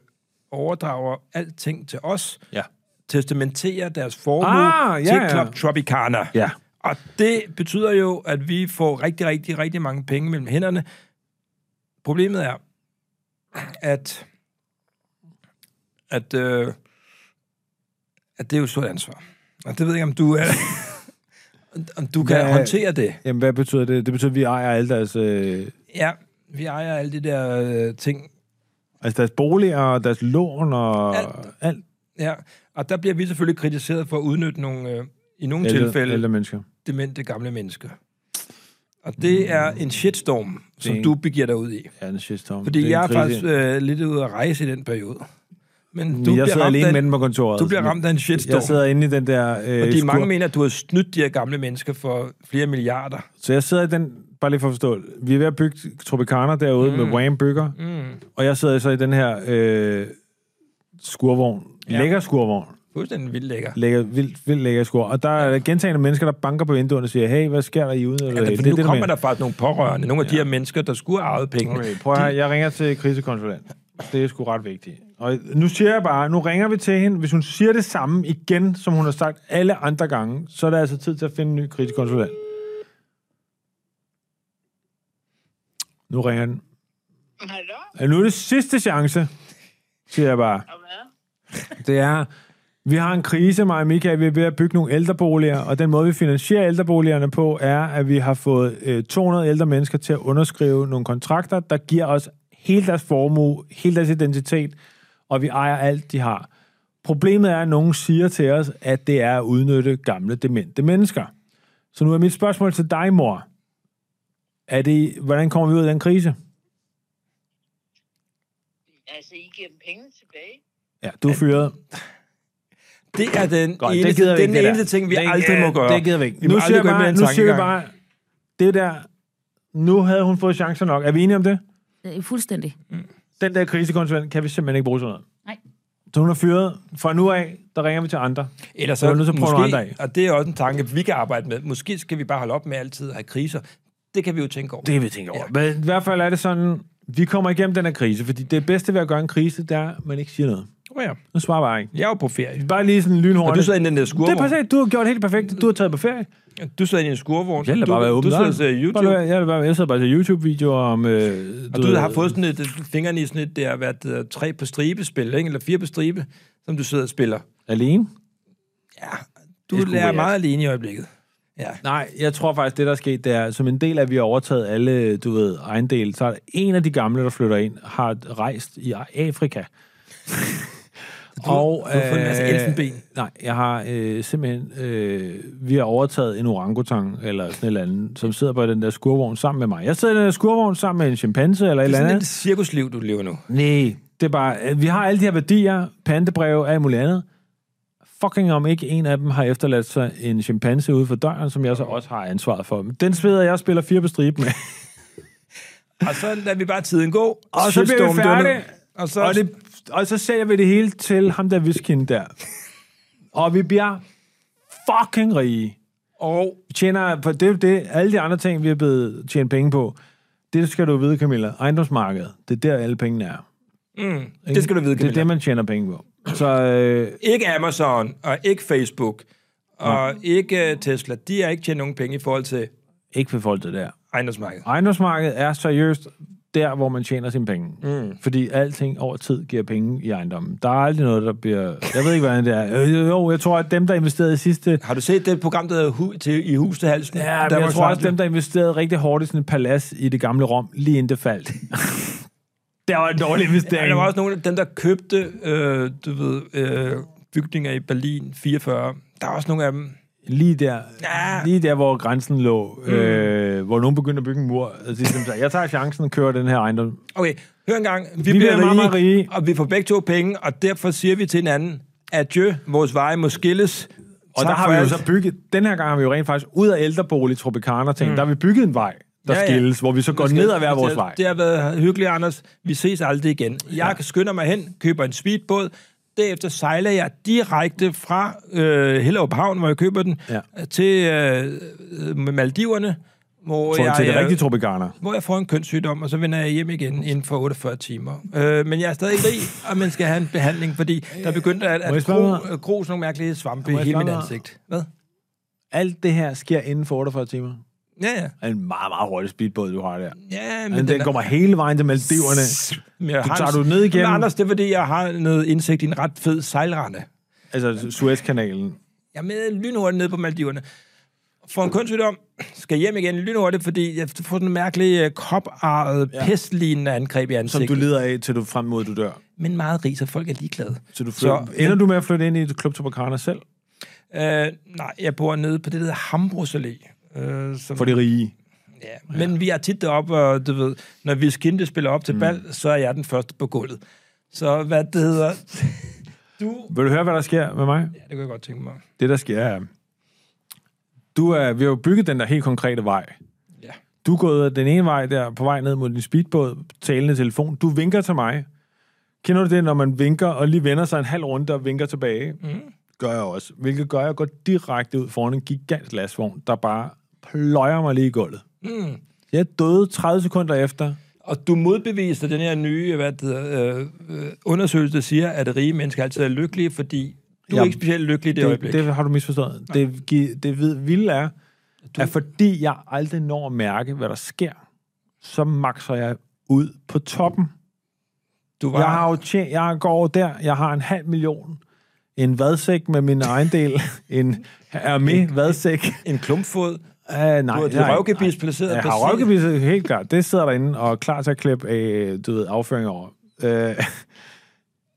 Speaker 1: overdrager alting til os,
Speaker 2: Ja.
Speaker 1: testamenterer deres formue
Speaker 2: Ah, ja,
Speaker 1: til
Speaker 2: ja.
Speaker 1: Club Tropicana.
Speaker 2: Ja.
Speaker 1: Og det betyder jo, at vi får rigtig, rigtig, rigtig mange penge mellem hænderne. Problemet er, at, at, øh, at det er jo et stort ansvar. Og det ved jeg ikke, om du
Speaker 2: [LAUGHS]
Speaker 1: er... om du kan
Speaker 2: Hvad-
Speaker 1: håndtere det.
Speaker 2: Jamen, hvad betyder det? Det betyder, at vi ejer alle deres, øh,
Speaker 1: Ja, vi ejer alle de der øh, ting.
Speaker 2: altså deres boliger, og deres lån og alt.
Speaker 1: Alt.
Speaker 2: alt.
Speaker 1: Ja, og der bliver vi selvfølgelig kritiseret for at udnytte nogle, øh, i nogle
Speaker 2: Ældre-
Speaker 1: tilfælde,
Speaker 2: Ældre mennesker.
Speaker 1: demente gamle mennesker. Og det er en shitstorm, som
Speaker 2: Hmm. Det-
Speaker 1: du begiver dig ud i.
Speaker 2: Ja, den shitstorm.
Speaker 1: Fordi
Speaker 2: Det
Speaker 1: er
Speaker 2: en
Speaker 1: jeg er
Speaker 2: krise.
Speaker 1: faktisk øh, lidt ude at rejse i den periode. Men
Speaker 2: Du
Speaker 1: du,
Speaker 2: jeg
Speaker 1: bliver
Speaker 2: sidder
Speaker 1: ramt,
Speaker 2: alene
Speaker 1: af,
Speaker 2: med
Speaker 1: en-
Speaker 2: den på kontoret.
Speaker 1: du bliver ramt af en shitstorm.
Speaker 2: Jeg sidder inde i den der... Øh,
Speaker 1: Fordi
Speaker 2: skur.
Speaker 1: mange mener, at du har snydt de her gamle mennesker for flere milliarder.
Speaker 2: Så jeg sidder i den... Bare lige for at forstå. Vi er ved at bygge Tropicana derude mm. med Wham Bygger.
Speaker 1: Mm.
Speaker 2: Og jeg sidder så i den her øh, skurvogn. Ja.
Speaker 1: Ja.
Speaker 2: Lækker skurvogn.
Speaker 1: Fuldstændig vildt lækker.
Speaker 2: Lækker, vildt, vildt lækker skur. Og der er gentagende mennesker, der banker på vinduerne og siger, hey, hvad sker der i uden?
Speaker 1: Ja, fordi nu kommer der faktisk nogle pårørende, nogle af de her mennesker, der skulle have arvet penge.
Speaker 2: Okay, prøv at høre, jeg ringer til krisekonsulent. Det er sgu ret vigtigt. Og nu siger jeg bare, nu ringer vi til hende. Hvis hun siger det samme igen, som hun har sagt alle andre gange, så er der altså tid til at finde en ny krisekonsulent. Nu ringer den.
Speaker 5: Hallo?
Speaker 2: Og nu er det sidste chance, siger jeg bare.
Speaker 5: Og hvad?
Speaker 2: Det er, vi har en krise, mig og Michael, vi er ved at bygge nogle ældreboliger, og den måde, vi finansierer ældreboligerne på, er, at vi har fået øh, 200 ældre mennesker til at underskrive nogle kontrakter, der giver os hele deres formue, hele deres identitet, og vi ejer alt, de har. Problemet er, at nogen siger til os, at det er at udnytte gamle, demente mennesker. Så nu er mit spørgsmål til dig, mor. Er det, hvordan kommer vi ud af den krise?
Speaker 5: Altså, I giver dem penge tilbage?
Speaker 2: Ja, du er fyret.
Speaker 1: Det er den
Speaker 2: Godt, det
Speaker 1: eneste,
Speaker 2: gider vi
Speaker 1: den
Speaker 2: ikke, det
Speaker 1: eneste
Speaker 2: der.
Speaker 1: ting, vi
Speaker 2: Det-
Speaker 1: aldrig
Speaker 2: ja,
Speaker 1: må gøre.
Speaker 2: det gider vi ikke.
Speaker 1: må
Speaker 2: Nu
Speaker 1: aldrig
Speaker 2: siger, jeg
Speaker 1: gå ind med
Speaker 2: bare,
Speaker 1: en
Speaker 2: nu siger jeg
Speaker 1: tankegang.
Speaker 2: bare, det der, nu havde hun fået chancer nok. Er vi enige om det?
Speaker 4: Øh, Fuldstændig.
Speaker 2: Den der krisekonsulent kan vi simpelthen ikke bruge sådan noget.
Speaker 4: Nej.
Speaker 2: Så hun er fyret. Fra nu af, der ringer vi til andre.
Speaker 1: Eller
Speaker 2: Så er
Speaker 1: så,
Speaker 2: vi nødt til at prøve nogle
Speaker 1: måske,
Speaker 2: andre af.
Speaker 1: og det er også en tanke, vi kan arbejde med. Måske skal vi bare holde op med altid at have kriser. Det kan vi jo tænke over.
Speaker 2: Det kan vi tænke over. Ja. Men i hvert fald er det sådan, vi kommer igennem den her krise, fordi det bedste ved at gøre en krise, det er, at man ikke siger noget.
Speaker 1: Oh, ja.
Speaker 2: Nu svarer bare ikke.
Speaker 1: Jeg er jo på ferie.
Speaker 2: Bare lige sådan
Speaker 1: Og
Speaker 2: lynhurtigt.
Speaker 1: du sidder inde i den der
Speaker 2: det er
Speaker 1: skurvogn.
Speaker 2: perfekt. Du har gjort det helt perfekt. Du har taget på ferie.
Speaker 1: Du sidder inde i en skurvogn.
Speaker 2: Jeg lader
Speaker 1: du,
Speaker 2: bare være åben.
Speaker 1: du sidder og
Speaker 2: dør.
Speaker 1: ser
Speaker 2: Bare
Speaker 1: YouTube.
Speaker 2: lad være- Jeg, lader bare, jeg sidder bare til YouTube-videoer om... Øh,
Speaker 1: Og du
Speaker 2: ved-
Speaker 1: har fået sådan et, fingrene i sådan et, det har været det hedder, tre på stribe spil, ikke? eller fire på stribe, som du sidder og spiller.
Speaker 2: Alene?
Speaker 1: Ja, du
Speaker 2: Det er sgu
Speaker 1: lærer
Speaker 2: weird.
Speaker 1: meget alene i øjeblikket. Ja.
Speaker 2: Nej, jeg tror faktisk, det der er sket, det er, som en del af, at vi har overtaget alle, du ved, ejendele, så er der en af de gamle, der flytter ind, har rejst i Afrika. og, øh,
Speaker 1: du har fået en masse elfenben.
Speaker 2: Nej, jeg har øh, simpelthen... Øh, vi har overtaget en orangutang, eller sådan et eller andet, som sidder på den der skurvogn sammen med mig. Jeg sidder i den der skurvogn sammen med en chimpanse, eller
Speaker 1: Det
Speaker 2: et eller
Speaker 1: er sådan
Speaker 2: andet.
Speaker 1: et cirkusliv, du lever nu.
Speaker 2: Nej, det er bare, øh, vi har alle de her værdier, pantebreve, alt muligt andet. Fucking om ikke en af dem har efterladt sig en chimpanse ude for døren, som jeg så også har ansvaret for. Men Den sveder jeg spiller fire på stribe med.
Speaker 1: Og så lader vi bare tiden gå.
Speaker 2: Og så bliver vi
Speaker 1: Shitstorm dør ned.
Speaker 2: færdige.
Speaker 1: Og [LAUGHS] så,
Speaker 2: Og, det, og så sælger vi det hele til ham der viskin der. Og vi bliver fucking rige.
Speaker 1: og
Speaker 2: Vi tjener, for det er jo det, alle de andre ting, vi er blevet tjent penge på. Det skal du vide, Camilla. Ejendomsmarkedet, det er der, alle pengene er.
Speaker 1: mm, det skal du vide,
Speaker 2: Det er
Speaker 1: Camilla.
Speaker 2: det, man tjener penge på. Så øh,
Speaker 1: ikke Amazon, og ikke Facebook, og ikke øh, Tesla, de har ikke tjent nogen penge i forhold til
Speaker 2: ikke for folk det der.
Speaker 1: ejendomsmarkedet.
Speaker 2: Ejendomsmarkedet er seriøst der, hvor man tjener sine penge. Mm. Fordi alting over tid giver penge i ejendommen. Der er aldrig noget, der bliver... Jeg ved ikke, hvordan det er. Øh, Jo, jeg tror, at dem, der investerede i sidste...
Speaker 1: Har du set det program, der hedder Hu- til, I hus til halsen?
Speaker 2: Ja, men jeg
Speaker 1: Danmarks
Speaker 2: tror også,
Speaker 1: Radio.
Speaker 2: dem, der investerede rigtig hårdt i sådan et palads i det gamle Rom, lige inden det [LAUGHS] faldt. det var en dårlig
Speaker 1: Ja,
Speaker 2: investering.
Speaker 1: der var også nogle af dem, der købte øh, du ved, øh, bygninger i Berlin 44. Der er også nogle af dem.
Speaker 2: Lige der,
Speaker 1: Ja.
Speaker 2: lige der, hvor grænsen lå, øh, hvor nogen begyndte at bygge en mur. Og så sagde, jeg tager chancen og kører den her ejendom.
Speaker 1: Okay, hør engang. Vi, vi
Speaker 2: bliver meget, meget rige.
Speaker 1: og vi får begge to penge, og derfor siger vi til hinanden, adieu, vores veje må skilles.
Speaker 2: Og
Speaker 1: Tak
Speaker 2: der har
Speaker 1: for
Speaker 2: vi jo
Speaker 1: alt.
Speaker 2: så bygget, den her gang har vi jo rent faktisk, ud af ældrebolig Tropicana ting, mm. der har vi bygget en vej, der ja,
Speaker 1: Ja, ja.
Speaker 2: skilles, hvor vi så går
Speaker 1: Vi skal-
Speaker 2: ned ad hver
Speaker 1: vi
Speaker 2: vores
Speaker 1: skal-
Speaker 2: vej.
Speaker 1: Det har været hyggeligt, Anders. Vi ses aldrig igen. Jeg ja. skynder mig hen, køber en speedbåd. Derefter sejler jeg direkte fra øh, Hellerup Havn, hvor jeg køber den,
Speaker 2: Ja.
Speaker 1: ja. til øh, Maldiverne, hvor
Speaker 2: Får
Speaker 1: jeg,
Speaker 2: til det
Speaker 1: øh,
Speaker 2: rigtige Tropicana.
Speaker 1: hvor jeg får en kønssygdom, og så vender jeg hjem igen inden for 48 timer. Øh, men jeg er stadig rig, og man skal have en behandling, fordi der begyndte at,
Speaker 2: Må jeg
Speaker 1: at
Speaker 2: spørge
Speaker 1: gro,
Speaker 2: noget?
Speaker 1: gro sådan nogle mærkelige svampe
Speaker 2: Må
Speaker 1: i
Speaker 2: jeg
Speaker 1: hele
Speaker 2: spørge
Speaker 1: mit
Speaker 2: noget?
Speaker 1: ansigt. Hvad?
Speaker 2: Alt det her sker inden for 48 timer.
Speaker 1: Ja, ja.
Speaker 2: En meget, meget hurtig speedbåd, du har der.
Speaker 1: ja
Speaker 2: Men den, den
Speaker 1: er-
Speaker 2: kommer hele vejen til Maldiverne.
Speaker 1: Men jeg
Speaker 2: Du
Speaker 1: har
Speaker 2: tager
Speaker 1: en-
Speaker 2: du ned igennem.
Speaker 1: Men Anders, det er fordi, jeg har noget indsigt i en ret fed sejlrende.
Speaker 2: Altså Suezkanalen.
Speaker 1: Jeg er med lynhurtigt ned på Maldiverne. Får en kønssygdom, skal hjem igen lynhurtigt, fordi jeg får sådan en mærkelig øh, koparret, ja. pestlignende angreb i
Speaker 2: Som
Speaker 1: ansigtet.
Speaker 2: du lider af, til du frem mod, du dør.
Speaker 1: Men meget rig, så folk er ligeglade.
Speaker 2: Så, du flytter, så ender du med at flytte ind i et klub Topacana selv?
Speaker 1: Øh, nej, jeg bor nede på det, der hedder Hambros Allé. Øh, som,
Speaker 2: For de rige.
Speaker 1: ja. Men vi er tit deroppe, og du ved, når vi skinte spiller op
Speaker 2: Mm.
Speaker 1: til bal, så er jeg den første på gulvet. Så hvad det hedder... [LAUGHS] Du...
Speaker 2: Vil du høre, hvad der sker med mig?
Speaker 1: Ja, det kunne jeg godt tænke mig.
Speaker 2: Det, der sker, er... Du er, vi har jo bygget den der helt konkrete vej.
Speaker 1: Ja.
Speaker 2: Du er gået den ene vej der, på vej ned mod din speedbåd, talende telefon. Du vinker til mig. Kender du det, når man vinker og lige vender sig en halv runde og vinker tilbage? Mm. Gør jeg også. Hvilket gør, at jeg går direkte ud foran en gigantisk lastvogn, der bare pløjer mig lige i gulvet. Mm. Jeg døde 30 sekunder efter.
Speaker 1: Og du modbeviser den her nye hvad det hedder, øh, øh, undersøgelse, der siger, at rige mennesker altid er lykkelige, fordi du er
Speaker 2: Jamen,
Speaker 1: ikke specielt lykkelig i det,
Speaker 2: det,
Speaker 1: øjeblik.
Speaker 2: det har du misforstået. Det, gi- det vid- vilde er, du... at fordi jeg aldrig når at mærke, hvad der sker, så makser jeg ud på toppen.
Speaker 1: du var,
Speaker 2: Jeg har jo tjent, jeg går over der, jeg har en halv million, en vadsæk med min egen
Speaker 1: [LAUGHS]
Speaker 2: del, en armé vadsæk.
Speaker 1: en klumpfod,
Speaker 2: Uh, nej,
Speaker 1: du har dit
Speaker 2: nej,
Speaker 1: røvgebis
Speaker 2: nej.
Speaker 1: placeret
Speaker 2: Jeg
Speaker 1: på
Speaker 2: har
Speaker 1: siden.
Speaker 2: røvgebis, helt klart. Det sidder derinde og er klar til at klippe øh, du ved, afføring over. Øh, [LAUGHS]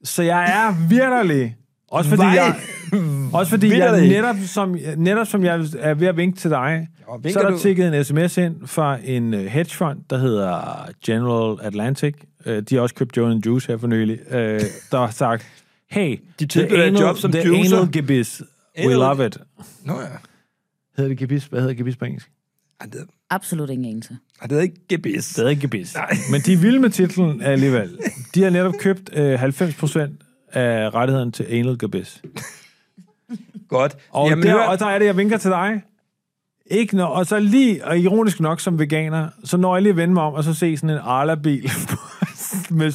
Speaker 2: så jeg
Speaker 1: [LAUGHS]
Speaker 2: er vitterlig. Også fordi,
Speaker 1: Vej.
Speaker 2: jeg, også fordi jeg
Speaker 1: Vitterlig.
Speaker 2: netop som, netop som jeg er ved at vinke til dig,
Speaker 1: vinker
Speaker 2: så er der
Speaker 1: du?
Speaker 2: tikket en sms ind fra en øh, hedgefond, der hedder General Atlantic. Øh, De har også købt Joe Juice her for nylig. øh, Der har sagt, hey,
Speaker 1: De tilbyder et job som
Speaker 2: the
Speaker 1: juicer."
Speaker 2: anal gibis, we
Speaker 1: Anal-
Speaker 2: love it.
Speaker 1: Nå ja. Ej,
Speaker 2: Hedder det gibis? Hvad hedder gibis på engelsk?
Speaker 1: det,
Speaker 4: Absolut ingen anelse.
Speaker 1: ej, det er ikke gebis.
Speaker 2: stadig ikke bedst. Men de er vilde med titlen alligevel. De har netop købt øh, 90% af rettigheden til anal gebis.
Speaker 1: Godt.
Speaker 2: Og,
Speaker 1: Jamen,
Speaker 2: der,
Speaker 1: hør-
Speaker 2: og der er det, jeg vinker til dig. Ikke når, og så lige, og ironisk nok som veganer, så når jeg lige at vende mig om, og så se sådan en Arla-bil [LAUGHS] med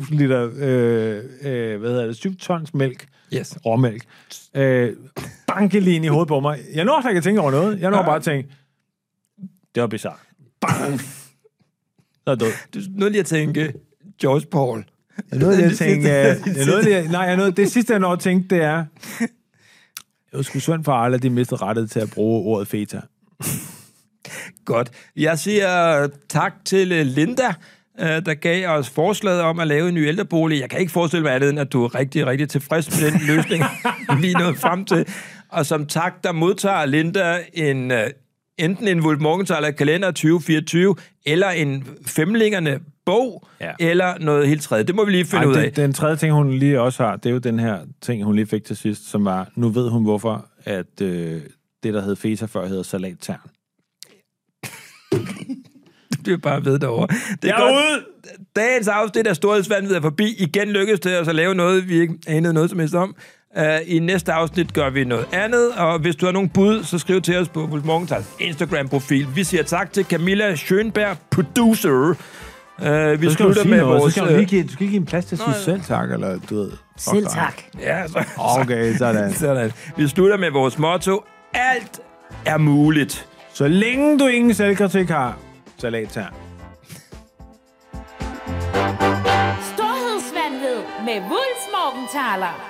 Speaker 2: 7.000 liter, øh, øh, hvad hedder det, 7 tons mælk,
Speaker 1: Yes.
Speaker 2: råmælk, øh, banke lige ind i hovedet på mig. Jeg når slet ikke at tænke over noget. Jeg når bare at tænke, det var bizarre. Bang! Så er jeg død.
Speaker 1: Du nu lige at tænke, George Paul.
Speaker 2: Jeg
Speaker 1: [LAUGHS]
Speaker 2: nåede [LAUGHS] lige at
Speaker 1: Det
Speaker 2: tænke...
Speaker 1: sidste-
Speaker 2: øh, Jeg nåede lige, at- nej, jeg nåede, det sidste, jeg nåede at tænke, det er... Det var sgu synd for Arla, de mistede rettet til at bruge ordet feta.
Speaker 1: Godt. Jeg siger øh, tak til øh, Linda, øh, der gav os forslaget om at lave en ny ældrebolig. Jeg kan ikke forestille mig andet, end at du er rigtig, rigtig tilfreds med den løsning, [LAUGHS] vi er nået frem til. Og som tak, der modtager Linda en, øh, enten en Wolf Morgenthaler kalender 2024, eller en femlingerne bog, ja.
Speaker 2: Ja.
Speaker 1: eller noget helt tredje. Det må vi lige finde
Speaker 2: Ej,
Speaker 1: Ej, ud af.
Speaker 2: det, den tredje ting, hun lige også har, det er jo den her ting, hun lige fik til sidst, som var, nu ved hun hvorfor, at øh, det, der hed feta før, hedder salattern.
Speaker 1: Det er bare ved derovre. Det er
Speaker 2: Jeg er
Speaker 1: ude! Dagens afsnit af Storhedsvandvid er forbi. Igen lykkedes det os at lave noget, vi ikke anede noget som helst om. Uh, I næste afsnit gør vi noget andet, og hvis du har nogle bud, så skriv til os på Wolf Morgenthal's Instagram-profil. Vi siger tak til Camilla Schönberg, producer. Uh, vi
Speaker 2: Så skal du
Speaker 1: slutter
Speaker 2: sige
Speaker 1: med
Speaker 2: noget,
Speaker 1: vores... øh, uh,
Speaker 2: så skal du, lige give, du skal ikke give en plads til at sige selv tak, eller du ved... fuck
Speaker 4: Selv
Speaker 2: dig.
Speaker 4: tak.
Speaker 1: øh, ja, så, [LAUGHS]
Speaker 2: Okay, sådan.
Speaker 1: sådan. Vi slutter med vores motto. Alt er muligt.
Speaker 2: Så længe du ingen selvkritik har, salattern.
Speaker 3: Storhedsvandved med Wulfs Morgenthaler.